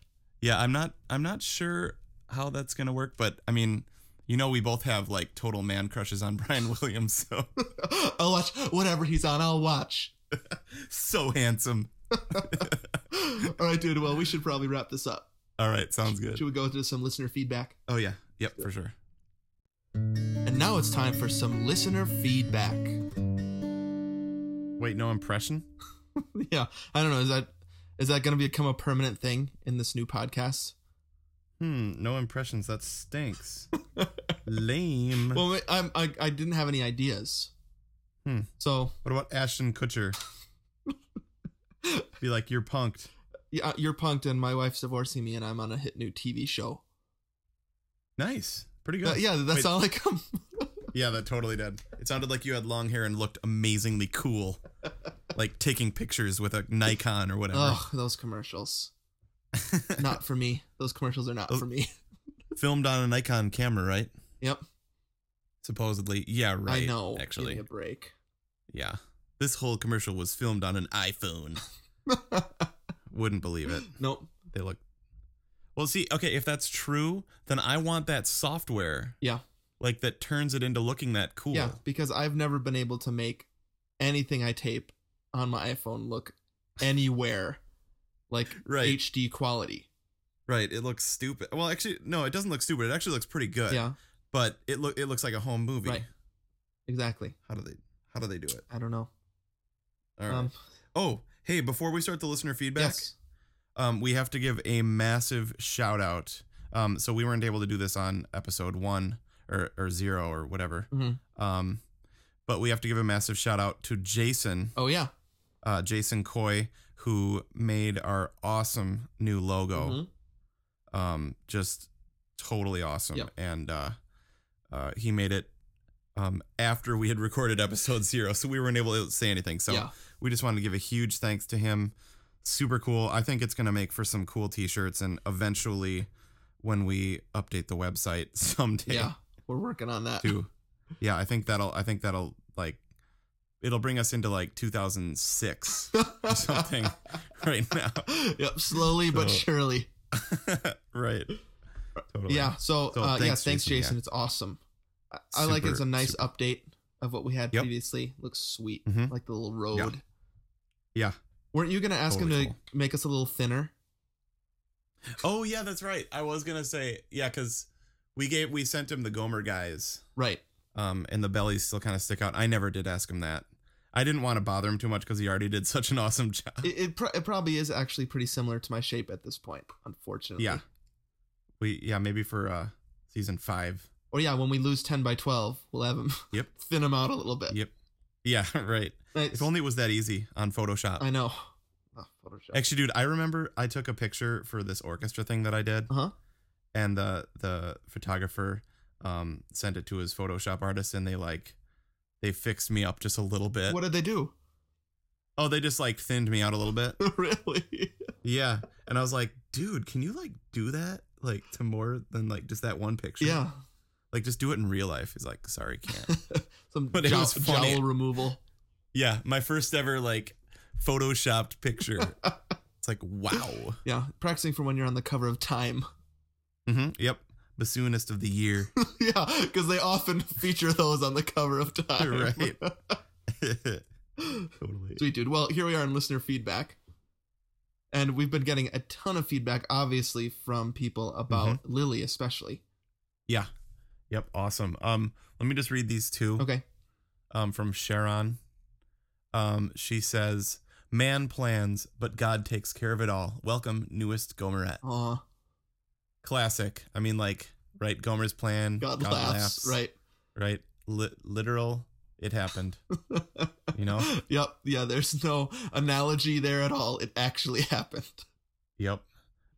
S3: Yeah, I'm not. I'm not sure how that's gonna work, but I mean, you know, we both have like total man crushes on Brian Williams. So
S2: I'll watch whatever he's on. I'll watch.
S3: so handsome.
S2: All right, dude. Well, we should probably wrap this up.
S3: All right, sounds good.
S2: Should we go to some listener feedback?
S3: Oh yeah, yep, for sure.
S2: And now it's time for some listener feedback.
S3: Wait, no impression.
S2: yeah i don't know is that is that going to become a permanent thing in this new podcast
S3: Hmm, no impressions. That stinks. Lame.
S2: well wait, I'm, I, I didn't have any ideas
S3: Hmm.
S2: so
S3: what about Ashton Kutcher? Be like, you're punked.
S2: yeah, you're punked and my wife's divorcing me and i'm on a hit new tv show
S3: Nice, pretty good.
S2: Uh, yeah that
S3: Wait,
S2: sound like i'm
S3: Yeah, that totally did. It sounded like you had long hair and looked amazingly cool, like taking pictures with a Nikon or whatever.
S2: ugh those commercials not for me those commercials are
S3: Oh.
S2: not for me
S3: Filmed on a Nikon camera, right?
S2: yep
S3: Supposedly. Yeah, right.
S2: i know give
S3: Actually,
S2: me a break
S3: yeah. This whole commercial was filmed on an iPhone. Wouldn't believe it.
S2: nope
S3: They look. Well, see, okay, if that's true, then I want that software,
S2: yeah
S3: like that turns it into looking that cool.
S2: yeah because i've never been able to make anything i tape on my iphone look anywhere like
S3: Right.
S2: hd quality
S3: Right. It looks stupid. Well, actually, no, it doesn't look stupid. It actually looks pretty good.
S2: yeah
S3: But it look it looks like a home movie.
S2: Right. exactly
S3: How do they how do they do it?
S2: I don't know.
S3: All right.
S2: Um,
S3: oh, hey, before we start the listener feedback,
S2: yes.
S3: um, we have to give a massive shout out. Um, so we weren't able to do this on episode one or, or zero or whatever.
S2: Mhm.
S3: Um, but we have to give a massive shout out to Jason,
S2: Oh yeah.
S3: uh, Jason Coy, who made our awesome new logo.
S2: Mhm.
S3: Um, just totally awesome.
S2: Yep.
S3: And uh, uh, he made it um, after we had recorded episode zero, so we weren't able to say anything. So
S2: yeah.
S3: we just wanted to give a huge thanks to him. Super cool. I think it's going to make for some cool t-shirts and eventually when we update the website someday
S2: Yeah. We're working on that.
S3: too. Yeah, I think that'll I think that'll like it'll bring us into like 2006 or something right now.
S2: yep. Slowly but
S3: So-
S2: surely.
S3: right. Totally.
S2: Yeah. So,
S3: So
S2: uh, yeah,
S3: thanks,
S2: thanks,
S3: Jason. Yeah.
S2: Jason. It's awesome. I, I like it. It's a
S3: Super,
S2: nice
S3: super.
S2: update of what we had
S3: Yep.
S2: previously. Looks sweet.
S3: Mhm.
S2: Like the little road.
S3: Yeah.
S2: Weren't you going to ask
S3: Totally
S2: him to
S3: cool.
S2: make us a little thinner?
S3: Oh yeah, that's right. I was gonna say yeah, because we gave we sent him the Gomer guys,
S2: Right.
S3: um, and the bellies still kind of stick out. I never did ask him that. I didn't want to bother him too much because he already did such an awesome job.
S2: It, it, pro- it probably is actually pretty similar to my shape at this point, unfortunately.
S3: Yeah. We yeah maybe for uh season five.
S2: Or yeah, when we lose 10 by 12, we'll have him
S3: Yep.
S2: thin him out a little bit.
S3: Yep. Yeah right.
S2: Nice.
S3: If only it was that easy on Photoshop.
S2: I know. Oh, Photoshop.
S3: Actually, dude, I remember I took a picture for this orchestra thing that I did,
S2: Uh-huh.
S3: and the the photographer um, sent it to his Photoshop artist, and they like they fixed me up just a little bit.
S2: What did they do?
S3: oh, they just like thinned me out a little bit.
S2: really?
S3: yeah, and I was like, dude, can you like do that like to more than like just that one picture?
S2: Yeah.
S3: like just do it in real life. He's like, sorry, can't.
S2: Some
S3: But it
S2: jowl,
S3: was funny.
S2: jowl removal.
S3: yeah, my first ever like photoshopped picture. it's like wow.
S2: Yeah. Practicing for when you're on the cover of Time.
S3: hmm Yep, bassoonist of the year.
S2: yeah, because they often feature those on the cover of Time.
S3: Right. totally.
S2: Sweet dude. Well, here we are in listener feedback. And we've been getting a ton of feedback, obviously, from people about
S3: Mm-hmm.
S2: Lily, especially.
S3: Yeah. Yep. Awesome. Um, let me just read these two.
S2: Okay.
S3: Um, from Sharon. Um, she says, "Man plans, but God takes care of it all." Welcome, newest Gomerette.
S2: Aw,
S3: Classic. I mean, like, right? Gomer's plan.
S2: God, laughs. Right.
S3: Right. Li- literal. It happened. you know.
S2: Yep. Yeah, there's no analogy there at all. It actually happened.
S3: Yep.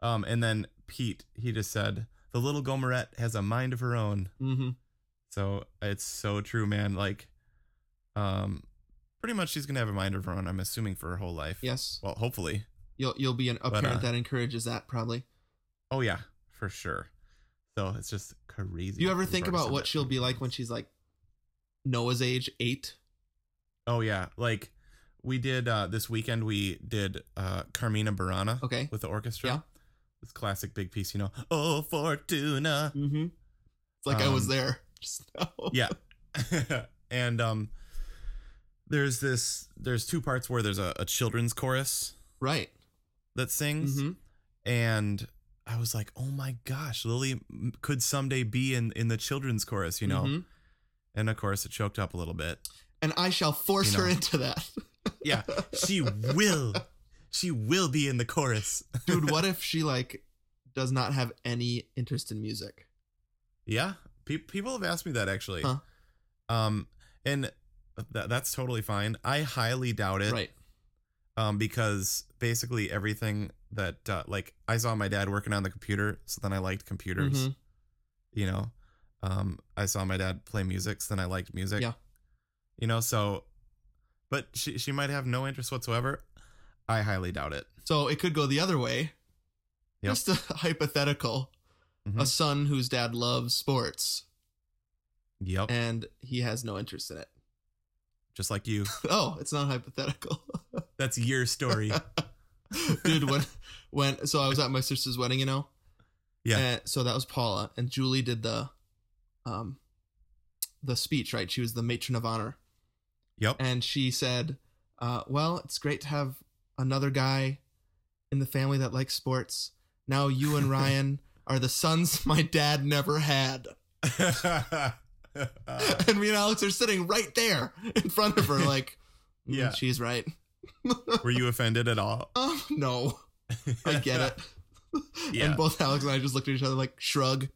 S3: Um, and then Pete, he just said, "The little Gomerette has a mind of her own."
S2: hmm
S3: So it's so true, man. Like, um, pretty much she's gonna have a mind of her own. I'm assuming for her whole life.
S2: Yes.
S3: Well, hopefully.
S2: You'll you'll be an, a
S3: But,
S2: parent
S3: uh,
S2: that encourages that probably.
S3: Oh yeah, for sure. So it's just crazy.
S2: Do you ever
S3: We've
S2: think
S3: already
S2: about
S3: said
S2: what
S3: that.
S2: she'll be like when she's like Noah's age, eight?
S3: Oh yeah, like we did uh this weekend. We did uh Carmina Burana
S2: Okay.
S3: with the orchestra.
S2: Yeah.
S3: This classic big piece, you know. Oh Fortuna.
S2: Mm-hmm. It's like I was
S3: Um,
S2: there just now.
S3: yeah and um there's this there's two parts where there's a, a children's chorus
S2: Right.
S3: that sings
S2: hmm
S3: and I was like, "Oh my gosh, Lily m- could someday be in in the children's chorus," you know.
S2: Mhm.
S3: And of course, it choked up a little bit.
S2: And I shall force
S3: You know.
S2: her into that.
S3: Yeah, she will. She will be in the chorus.
S2: Dude, what if she like does not have any interest in music?
S3: Yeah, pe- people have asked me that actually.
S2: Huh.
S3: Um, and th- that's totally fine. I highly doubt it.
S2: Right.
S3: Um, because basically everything that uh, like I saw my dad working on the computer, so then I liked computers.
S2: Mhm.
S3: you know um i saw my dad play music so then i liked music
S2: Yeah.
S3: you know so but she she might have no interest whatsoever i highly doubt it
S2: So it could go the other way.
S3: Yep.
S2: Just a hypothetical. A
S3: Mhm.
S2: son whose dad loves sports
S3: yep
S2: and he has no interest in it.
S3: just like you
S2: Oh, it's not hypothetical.
S3: that's your story
S2: dude when when so i was at my sister's wedding you know
S3: Yeah.
S2: And so that was paula and julie did the um the speech right she was the matron of honor
S3: yep
S2: and she said uh, well it's great to have another guy in the family that likes sports now you and ryan are the sons my dad never had and me and alex are sitting right there in front of her like mm,
S3: Yeah.
S2: she's right
S3: were you offended at all
S2: um no I get it.
S3: Yeah.
S2: And both Alex and I just looked at each other like shrug.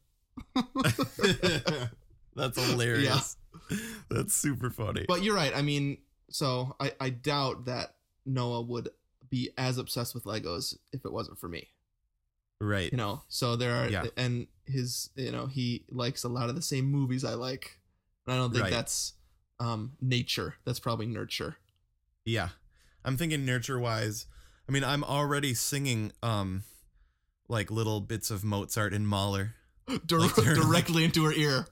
S3: it that's hilarious that's super funny
S2: But you're right. I mean, so I, I doubt that Noah would be as obsessed with Legos if it wasn't for me.
S3: right
S2: You know, so there are,
S3: Yeah.
S2: and his, you know, he likes a lot of the same movies I like. And I don't think
S3: Right.
S2: that's um, nature. That's probably nurture.
S3: Yeah. I'm thinking nurture wise. I mean, I'm already singing um like little bits of Mozart and Mahler.
S2: Dir-
S3: Like they're-
S2: directly into her ear.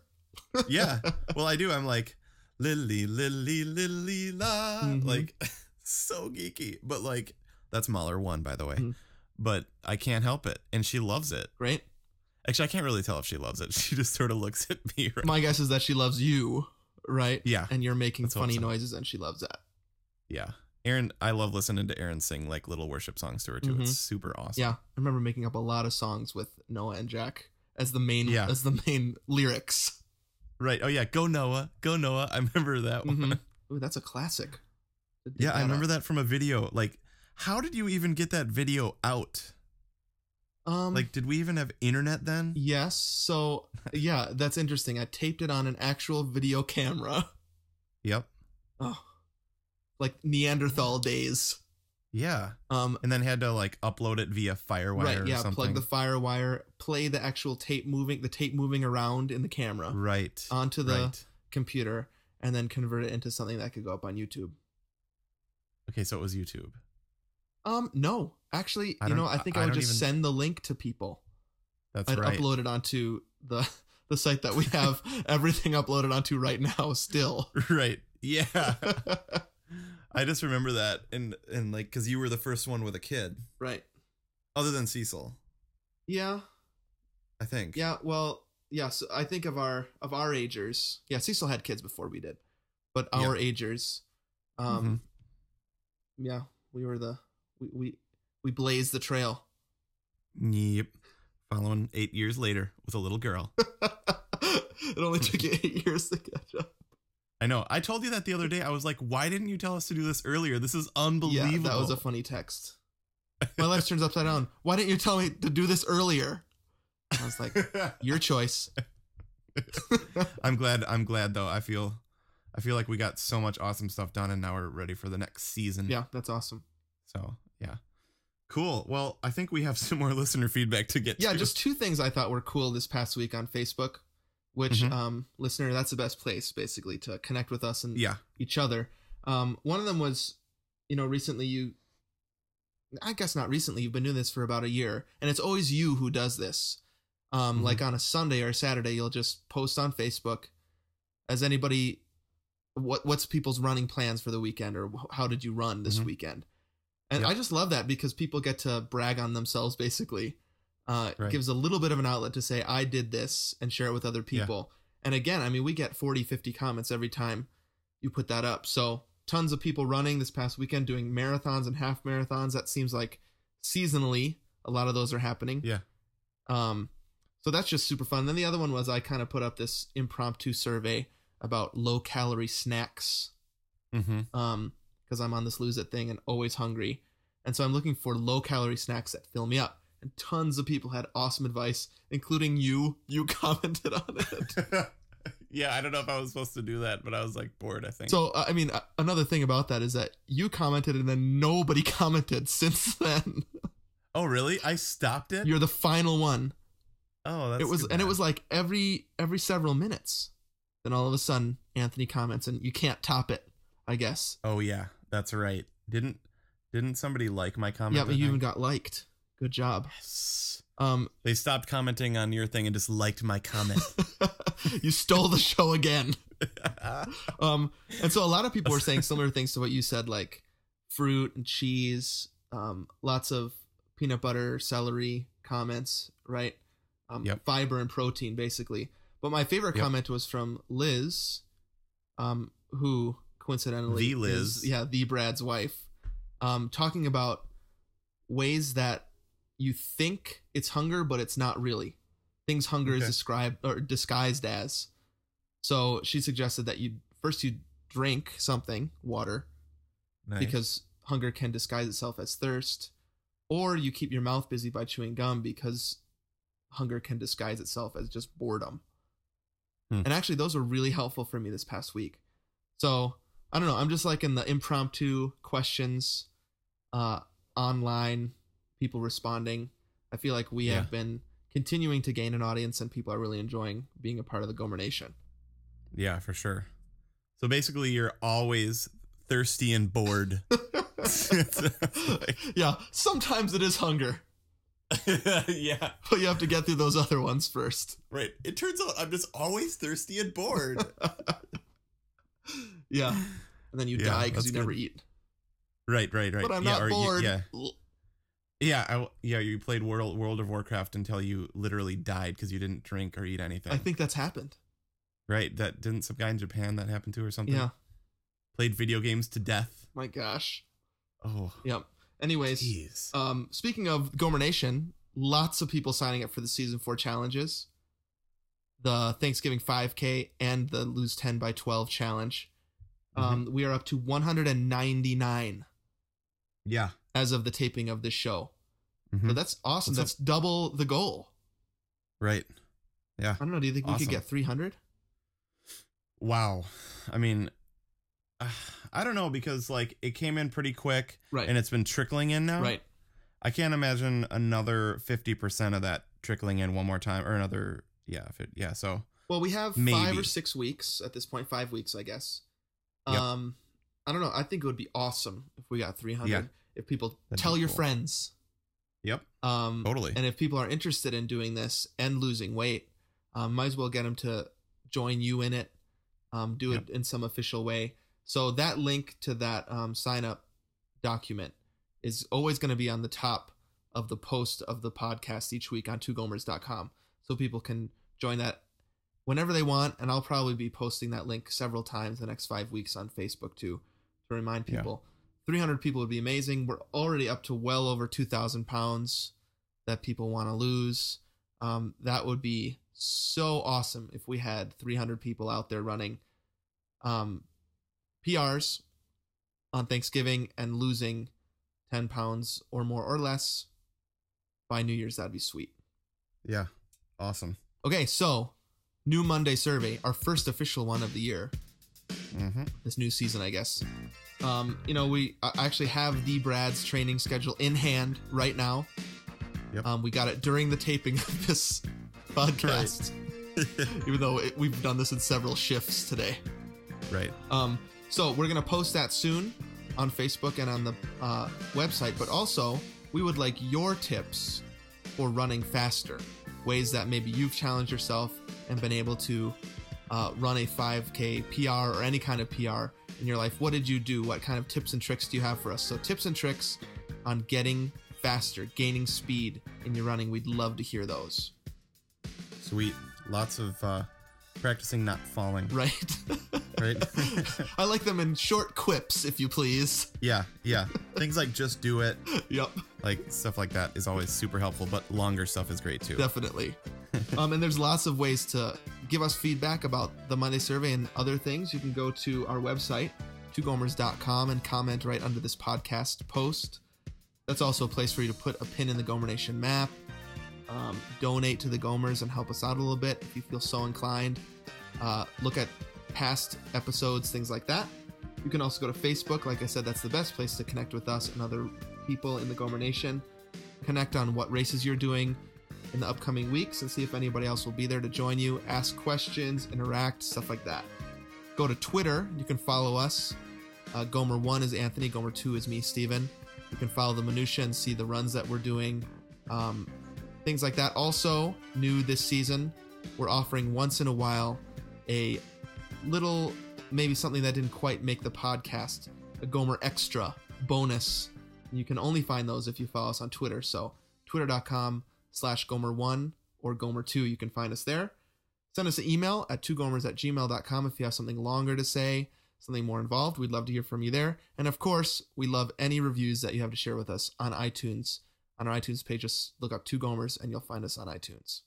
S3: Yeah. well, I do. I'm like lily lily lily la
S2: Mhm.
S3: like so geeky. But like that's Mahler 1 by the way.
S2: Mhm.
S3: But I can't help it and she loves it.
S2: Right?
S3: Actually, I can't really tell if she loves it. She just sort of looks at me. Right?
S2: My guess is that she loves you, right?
S3: Yeah.
S2: And you're making
S3: Let's hope
S2: funny
S3: so.
S2: noises and she loves that.
S3: yeah. Aaron, I love listening to Aaron sing like little worship songs to her too. It's super awesome.
S2: Yeah. I remember making up a lot of songs with Noah and Jack as the main
S3: Yeah.
S2: as the main lyrics.
S3: Right. Oh yeah. Go Noah. Go Noah. I remember that one.
S2: Mhm. Ooh, that's a classic.
S3: Mm-hmm. Yeah, I remember that from a video. Like, how did you even get that video out?
S2: Um
S3: Like, did we even have internet then?
S2: Yes. So, yeah, that's interesting. I taped it on an actual video camera.
S3: Yep.
S2: Oh, like Neanderthal days.
S3: Yeah.
S2: Um,
S3: And then had to like upload it via FireWire
S2: right.
S3: or
S2: Yeah.
S3: something.
S2: Plug the fire wire. Play the actual tape moving. The tape moving around in the camera
S3: right.
S2: onto the
S3: right.
S2: computer, and then convert it into something that could go up on YouTube.
S3: Okay, so it was YouTube.
S2: Um, no, actually,
S3: I
S2: you know,
S3: don't-
S2: I think
S3: I-
S2: I,
S3: I
S2: would
S3: don't
S2: just
S3: even-
S2: send the link to people.
S3: That's
S2: I'd
S3: right.
S2: upload it onto the the site that we have everything uploaded onto right now. Still.
S3: right. Yeah. I just remember that, and and like, cause you were the first one with a kid,
S2: right.
S3: other than Cecil,
S2: Yeah.
S3: I think.
S2: Yeah, well, yeah. So I think of our of our agers. Yeah, Cecil had kids before we did, but our agers. Um,
S3: Mm-hmm.
S2: yeah, we were the we we we blazed the trail.
S3: Yep. Following eight years later with a little girl.
S2: it only took you eight years to catch up.
S3: I know. I told you that the other day. I was like, why didn't you tell us to do this earlier? This is unbelievable.
S2: Yeah, that was a funny text. My life turns upside down. Why didn't you tell me to do this earlier? I was like, your choice.
S3: I'm glad. I'm glad though. I feel, I feel like we got so much awesome stuff done, and now we're ready for the next season.
S2: Yeah, that's awesome.
S3: So yeah, cool. Well, I think we have some more listener feedback to get.
S2: yeah
S3: to.
S2: just two things i thought were cool this past week on facebook which
S3: Mhm.
S2: um listener that's the best place basically to connect with us and
S3: yeah,
S2: each other um one of them was you know recently you i guess not recently you've been doing this for about a year and it's always you who does this um
S3: Mhm.
S2: like on a sunday or a saturday you'll just post on facebook as anybody what what's people's running plans for the weekend or wh- how did you run this
S3: Mhm.
S2: weekend and
S3: Yep.
S2: i just love that because people get to brag on themselves basically uh it
S3: Right.
S2: gives a little bit of an outlet to say i did this and share it with other
S3: Yeah.
S2: people and again i mean we get 40 50 comments every time you put that up so tons of people running this past weekend doing marathons and half marathons that seems like seasonally a lot of those are happening
S3: Yeah.
S2: um so that's just super fun then the other one was i kind of put up this impromptu survey about low calorie snacks
S3: mm-hmm.
S2: um because i'm on this lose it thing and always hungry and so i'm looking for low calorie snacks that fill me up and tons of people had awesome advice including you you commented on it
S3: yeah. I don't know if I was supposed to do that, but I was like bored. I think.
S2: So uh, I mean, uh, another thing about that is that you commented and then nobody commented since then.
S3: oh really? I stopped it.
S2: You're the final one.
S3: oh, that's
S2: it was
S3: too
S2: and it
S3: bad.
S2: was like every every several minutes. Then all of a sudden, Anthony comments, and you can't top it. I guess.
S3: Oh yeah, that's right. Didn't didn't somebody like my comment?
S2: yeah, but
S3: I
S2: you even
S3: think?
S2: got liked. Good job.
S3: Yes.
S2: Um,
S3: They stopped commenting on your thing and just liked my comment.
S2: you stole the show again. Um, and so a lot of people were saying similar things to what you said, like fruit and cheese, um, lots of peanut butter, celery comments, right? Um,
S3: Yep.
S2: Fiber and protein, basically. But my favorite
S3: Yep.
S2: comment was from Liz, um, who coincidentally
S3: The Liz.
S2: is, yeah, the Brad's wife, um, talking about ways that you think it's hunger, but it's not really. Things hunger is
S3: Okay.
S2: described or disguised as. So she suggested that you first you drink something, water,
S3: Nice.
S2: because hunger can disguise itself as thirst, or you keep your mouth busy by chewing gum because hunger can disguise itself as just boredom.
S3: Hmm.
S2: And actually, those were really helpful for me this past week. So I don't know. I'm just liking the impromptu questions, uh, online, people responding. I feel like we
S3: Yeah.
S2: have been continuing to gain an audience, and people are really enjoying being a part of the Gomer Nation.
S3: Yeah, for sure. So basically, you're always thirsty and bored.
S2: yeah, sometimes it is hunger,
S3: yeah,
S2: but you have to get through those other ones first.
S3: right. It turns out I'm just always thirsty and bored.
S2: Yeah, and then you
S3: Yeah,
S2: die because
S3: that's
S2: you never
S3: good.
S2: eat.
S3: right, right, right.
S2: But I'm
S3: yeah,
S2: not
S3: or you-
S2: bored.
S3: yeah, Yeah, I, yeah. You played World World of Warcraft until you literally died because you didn't drink or eat anything.
S2: I think that's happened.
S3: right. That didn't some guy in Japan that happened to or something.
S2: Yeah.
S3: Played video games to death.
S2: My gosh.
S3: Oh,
S2: Yep. Anyways,
S3: jeez.
S2: um, speaking of Gomer Nation, lots of people signing up for the season four challenges, the Thanksgiving 5K and the lose 10 by 12 challenge. Um,
S3: Mm-hmm.
S2: We are up to 199
S3: Yeah.
S2: as of the taping of this show.
S3: Mhm.
S2: So that's awesome.
S3: That's
S2: that's double the goal.
S3: Right. Yeah.
S2: I don't know. Do you think we
S3: Awesome.
S2: could get 300?
S3: Wow. I mean, uh, I don't know because like it came in pretty quick
S2: Right.
S3: and it's been trickling in now.
S2: right.
S3: I can't imagine another 50% of that trickling in one more time or another. Yeah. If it, yeah. So
S2: Well, we have five
S3: Maybe.
S2: or six weeks at this point. Five weeks, I guess.
S3: Yep.
S2: Um, I don't know. I think it would be awesome if we got 300.
S3: Yeah.
S2: If people
S3: That'd
S2: tell
S3: be
S2: your
S3: cool.
S2: friends.
S3: yep.
S2: Um,
S3: Totally.
S2: And if people are interested in doing this and losing weight, um, might as well get them to join you in it. Um, do it in some official way. So that link to that um, sign up document is always going to be on the top of the post of the podcast each week on twogomers.com. So people can join that whenever they want. And I'll probably be posting that link several times the next five weeks on Facebook too to remind
S3: Yeah.
S2: people. 300 people would be amazing. We're already up to well over 2,000 pounds that people want to lose. Um, that would be so awesome if we had 300 people out there running um, PRs on Thanksgiving and losing 10 pounds or more or less by New Year's. That'd be sweet.
S3: Yeah. Awesome.
S2: Okay, so new Monday survey, our first official one of the year
S3: Mm-hmm.
S2: this new season, I guess. Um, you know, we uh, actually have the Brad's training schedule in hand right now.
S3: Yep.
S2: Um, we got it during the taping of this podcast, even though it, we've done this in several shifts today.
S3: Right.
S2: Um, so we're gonna post that soon on Facebook and on the uh, website. But also, we would like your tips for running faster, ways that maybe you've challenged yourself and been able to uh, run a 5K PR or any kind of PR in your life. What did you do? What kind of tips and tricks do you have for us? So tips and tricks on getting faster, gaining speed in your running. We'd love to hear those.
S3: Sweet. Lots of uh, practicing not falling.
S2: Right.
S3: Right.
S2: I like them in short quips, if you please.
S3: yeah. Yeah. Things like just do it,
S2: Yep.
S3: like stuff like that is always super helpful, but longer stuff is great too.
S2: Definitely. um, and there's lots of ways to give us feedback about the Monday survey and other things. You can go to our website, twogomers.com, and comment right under this podcast post. That's also a place for you to put a pin in the Gomer Nation map, um, donate to the Gomers, and help us out a little bit if you feel so inclined. Uh, look at past episodes, things like that. You can also go to Facebook. Like I said, that's the best place to connect with us and other people in the Gomer Nation. Connect on what races you're doing, in the upcoming weeks and see if anybody else will be there to join you, ask questions, interact, stuff like that. Go to Twitter. You can follow us. Uh, Gomer1 is Anthony. Gomer2 is me, Steven. You can follow the minutia and see the runs that we're doing, um, things like that. Also, new this season, we're offering once in a while a little, maybe something that didn't quite make the podcast, a Gomer Extra bonus. You can only find those if you follow us on Twitter. So, twitter.com slash gomer1 or gomer2. You can find us there. Send us an email at twogomers at gmail.com if you have something longer to say, something more involved. We'd love to hear from you there. And of course, we love any reviews that you have to share with us on iTunes. On our iTunes page, just look up Two Gomers and you'll find us on iTunes.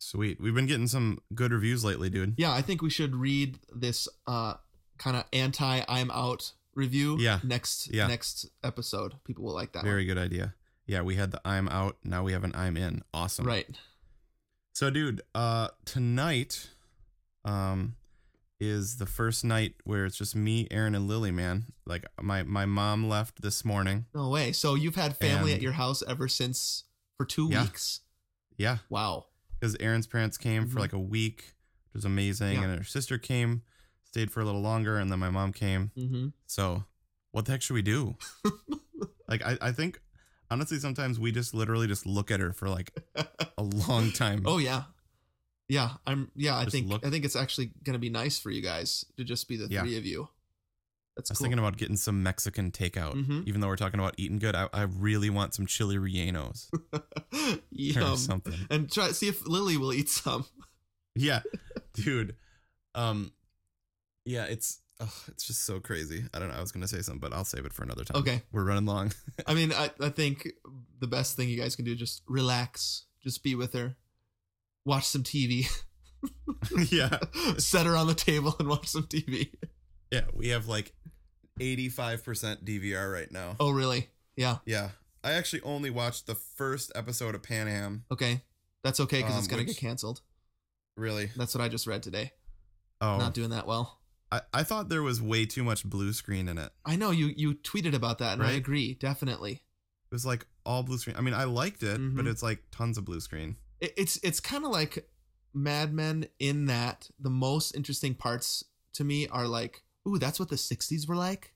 S3: Sweet. We've been getting some good reviews lately, dude.
S2: Yeah, I think we should read this uh, kind of anti I'm out review
S3: Yeah.
S2: next
S3: Yeah.
S2: next episode. People will like that.
S3: Very good idea. Yeah, we had the I'm out. Now we have an I'm in. Awesome.
S2: one. Right.
S3: So, dude, uh, tonight, um, is the first night where it's just me, Aaron, and Lily. Man, like my my mom left this morning.
S2: No way. So you've had family
S3: And-
S2: at your house ever since for two
S3: Yeah.
S2: weeks.
S3: Yeah,
S2: Wow.
S3: because Aaron's parents came
S2: Mhm.
S3: for like a week, which was amazing,
S2: Yeah.
S3: and her sister came, stayed for a little longer, and then my mom came.
S2: Mm-hmm.
S3: So, what the heck should we do? like, I I think honestly, sometimes we just literally just look at her for like a long time.
S2: Oh yeah, yeah. I'm yeah. I
S3: Just
S2: think
S3: look-
S2: I think it's actually gonna be nice for you guys to just be the
S3: Yeah.
S2: three of you. That's
S3: I was
S2: cool.
S3: thinking about getting some Mexican takeout.
S2: Mhm.
S3: Even though we're talking about eating good, I, I really want some chili rellenos or
S2: Yum.
S3: something.
S2: And try see if Lily will eat some.
S3: Yeah, dude. Um, yeah, it's oh, it's just so crazy. I don't know. I was gonna say something, but I'll save it for another time.
S2: Okay.
S3: we're running long.
S2: I mean, I, I think the best thing you guys can do is just relax, just be with her, watch some TV,
S3: yeah,
S2: set her on the table and watch some TV.
S3: yeah. We have like eighty-five percent DVR right now.
S2: Oh, really? Yeah.
S3: Yeah, I actually only watched the first episode of Pan Am.
S2: Okay. That's okay because
S3: Um,
S2: it's gonna
S3: which-
S2: get canceled.
S3: Really?
S2: That's what I just read today.
S3: Oh,
S2: Not doing that well.
S3: I, I thought there was way too much blue screen in it.
S2: I know you you tweeted about that, and I
S3: Right?
S2: agree definitely.
S3: It was like all blue screen. I mean, I liked it, but
S2: Mhm.
S3: it's like tons of blue screen.
S2: It, it's it's kind of like Mad Men in that the most interesting parts to me are like, ooh, that's what the '60s were like.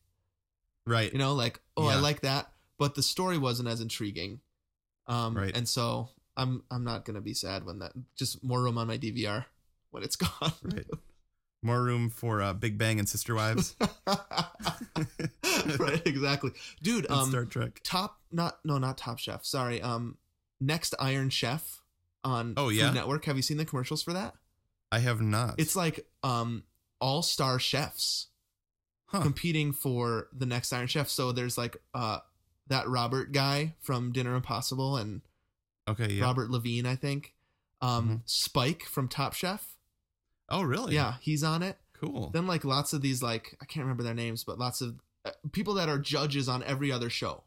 S3: Right.
S2: you know like oh i
S3: Yeah.
S2: like that but the story wasn't as intriguing um
S3: Right.
S2: and so i'm i'm not gonna be sad when that just more room on my dvr when it's gone
S3: Right. More room for uh, Big Bang and Sister Wives
S2: right exactly dude
S3: and
S2: um
S3: Star Trek.
S2: top not no not top chef sorry um next iron chef on
S3: Oh,
S2: Food
S3: yeah?
S2: network have you seen the commercials for that
S3: I have not.
S2: it's like um all star chefs
S3: Huh.
S2: competing for the next Iron Chef. So there's like uh that Robert guy from Dinner Impossible and
S3: okay. Yeah.
S2: Robert Levine, I think. Um
S3: Mhm.
S2: Spike from Top Chef.
S3: oh, really?
S2: Yeah, he's on it.
S3: Cool.
S2: Then like lots of these like I can't remember their names, but lots of uh, people that are judges on every other show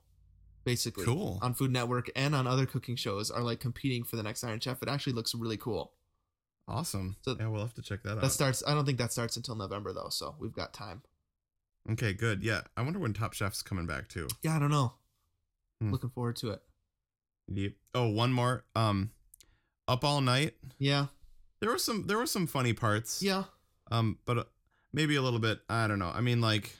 S2: basically.
S3: Cool.
S2: On Food Network and on other cooking shows are like competing for the next Iron Chef. It actually looks really cool.
S3: awesome.
S2: So-
S3: yeah, we'll have to check that out.
S2: That starts I don't think that starts until November though, so we've got time.
S3: okay. Good. Yeah. I wonder when Top Chef's coming back too.
S2: Yeah, I don't know.
S3: Hmm.
S2: Looking forward to it.
S3: Yep. Oh, one more. Um, Up All Night.
S2: Yeah.
S3: There were some. There were some funny parts.
S2: Yeah.
S3: Um, but uh, maybe a little bit. I don't know. I mean, like,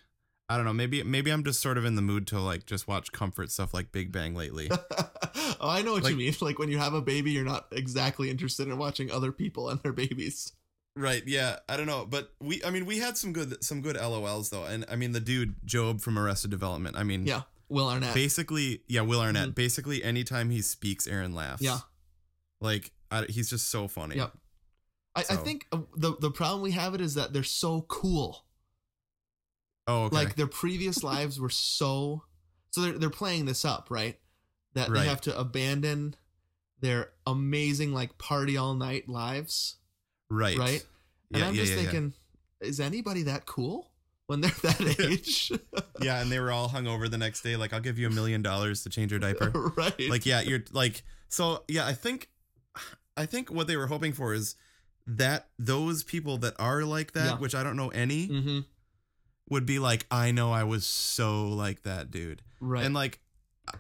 S3: I don't know. Maybe maybe I'm just sort of in the mood to like just watch comfort stuff like Big Bang lately.
S2: oh, I know what
S3: Like-
S2: you mean. Like when you have a baby, you're not exactly interested in watching other people and their babies.
S3: Right. Yeah. I don't know, but we. I mean, we had some good some good LOLs though, and I mean the dude Job from Arrested Development. I mean,
S2: Yeah, Will Arnett.
S3: Basically, yeah, Will Arnett.
S2: Mhm.
S3: Basically, anytime he speaks, Aaron laughs.
S2: Yeah.
S3: Like I, he's just so funny.
S2: Yep. I, I
S3: so.
S2: think uh, the the problem we have it is that they're so cool.
S3: Oh, okay.
S2: Like their previous lives were so. So they're they're playing this up, right? That
S3: Right.
S2: they have to abandon their amazing like party all night lives,
S3: right.
S2: right? And
S3: Yeah,
S2: I'm
S3: yeah,
S2: just
S3: yeah, yeah.
S2: thinking, is anybody that cool when they're that age?
S3: Yeah, and they were all hungover the next day. Like, I'll give you a million dollars to change your diaper.
S2: right.
S3: like, yeah, you're like, so yeah, I think, I think what they were hoping for is that those people that are like that,
S2: Yeah.
S3: which I don't know any,
S2: hmm
S3: would be like, I know I was so like that dude,
S2: Right.
S3: and like.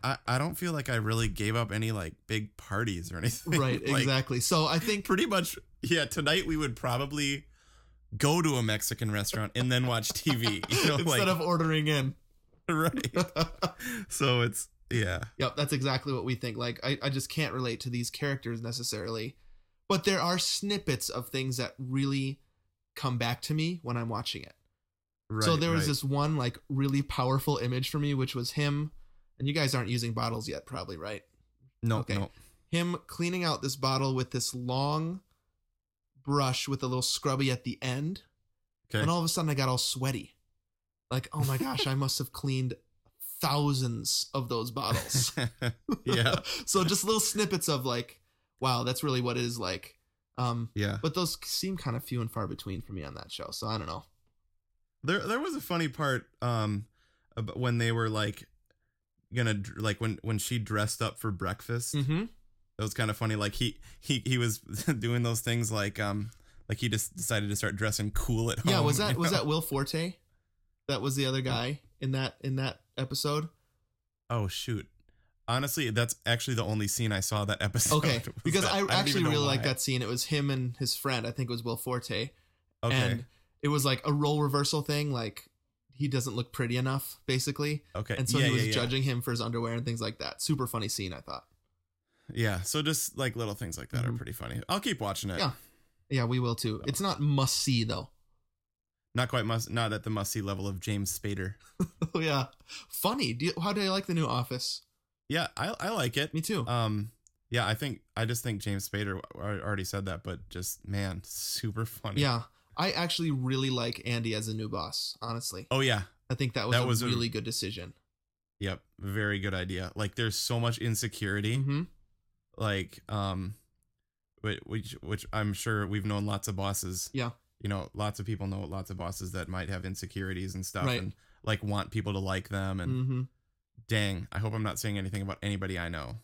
S3: I, I don't feel like I really gave up any like big parties or anything.
S2: right.
S3: Like,
S2: exactly. So I think
S3: pretty much yeah tonight we would probably go to a mexican restaurant and then watch tv you know
S2: instead
S3: like
S2: of ordering in.
S3: right so it's yeah
S2: Yep, that's exactly what we think. Like, I, I just can't relate to these characters necessarily. But there are snippets of things that really come back to me when I'm watching it.
S3: right
S2: so there was
S3: right.
S2: this one, like, really powerful image for me, which was him. And you guys aren't using bottles yet, probably, right?
S3: no
S2: okay.
S3: no
S2: Him cleaning out this bottle with this long brush with a little scrubby at the end.
S3: okay
S2: And all of a sudden, I got all sweaty. Like, oh my gosh, I must have cleaned thousands of those bottles.
S3: yeah
S2: so just little snippets of like, wow, that's really what it is like. Um,
S3: yeah
S2: but those seem kind of few and far between for me on that show. So I don't know.
S3: there there was a funny part um about when they were like gonna dr- like when when she dressed up for breakfast
S2: Mm-hmm.
S3: That was kind of funny. Like he he he was doing those things like um like he just decided to start dressing cool at home.
S2: Yeah, was that
S3: you
S2: was
S3: know?
S2: that Will Forte? That was the other guy in that in that episode.
S3: Oh shoot. Honestly, that's actually the only scene I saw that episode.
S2: Okay,
S3: was
S2: because
S3: that.
S2: I
S3: don't
S2: actually
S3: even know
S2: really
S3: why.
S2: like that scene. It was him and his friend. I think it was Will Forte,
S3: Okay.
S2: and it was like a role reversal thing. Like he doesn't look pretty enough, basically,
S3: okay.
S2: and so he was
S3: yeah.
S2: judging him for his underwear and things like that. Super funny scene, I thought.
S3: Yeah, so just like little things like that are
S2: Mhm.
S3: pretty funny. I'll keep watching it.
S2: Yeah. Yeah, we will too. It's not must see though.
S3: Not quite must, not at the must see level of James Spader.
S2: Oh yeah, funny. Do you, how do you like the new Office?
S3: Yeah, I, I like it.
S2: Me too.
S3: Um, yeah, I think I just think James Spader. I already said that, but just man, super funny.
S2: yeah, I actually really like Andy as a new boss. Honestly,
S3: Oh yeah.
S2: I think that was
S3: That
S2: a
S3: was a-
S2: really good decision.
S3: Yep. Very good idea. Like there's so much insecurity.
S2: hmm
S3: Like um, whi- which which I'm sure we've known lots of bosses.
S2: Yeah.
S3: You know, lots of people know lots of bosses that might have insecurities and stuff,
S2: Right.
S3: and like want people to like them. And
S2: hmm
S3: dang, I hope I'm not saying anything about anybody I know.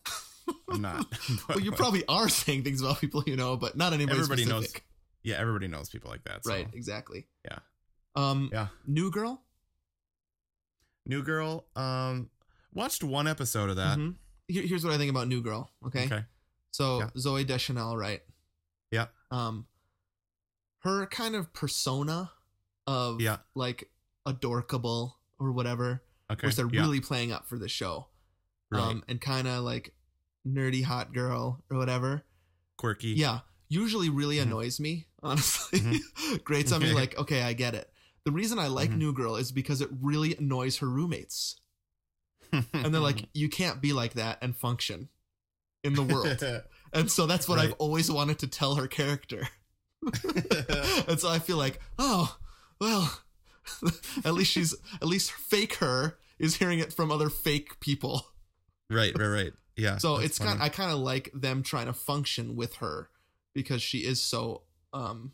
S3: I'm not.
S2: Well, you probably are saying things about people you know, but not anybody.
S3: Everybody knows-
S2: specific.
S3: Yeah, everybody knows people like that. So.
S2: right? Exactly.
S3: Yeah.
S2: Um.
S3: Yeah.
S2: New Girl.
S3: New Girl. Um, watched one episode of that.
S2: Mhm. Here- here's what I think about New Girl. Okay.
S3: Okay.
S2: So
S3: Yeah.
S2: Zoe Deschanel, right?
S3: Yeah.
S2: Um, her kind of persona of
S3: Yeah.
S2: like adorkable or whatever,
S3: Okay.
S2: which they're
S3: yeah,
S2: really playing up for the show,
S3: right.
S2: um, and kind of like nerdy hot girl or whatever.
S3: quirky.
S2: Yeah, usually really
S3: Mhm.
S2: annoys me. Honestly, grates on me
S3: Mm-hmm. Okay.
S2: like, okay, I get it. The reason I like
S3: Mhm.
S2: New Girl is because it really annoys her roommates, and they're like,
S3: Mm-hmm.
S2: you can't be like that and function in the world. And so that's what I've
S3: Right.
S2: always wanted to tell her character. and so I feel like, oh, well, at least she's at least fake her is hearing it from other fake people.
S3: right. Right. Right. Yeah.
S2: So
S3: that's
S2: it's kind
S3: funny.
S2: I kind of like them trying to function with her because she is so um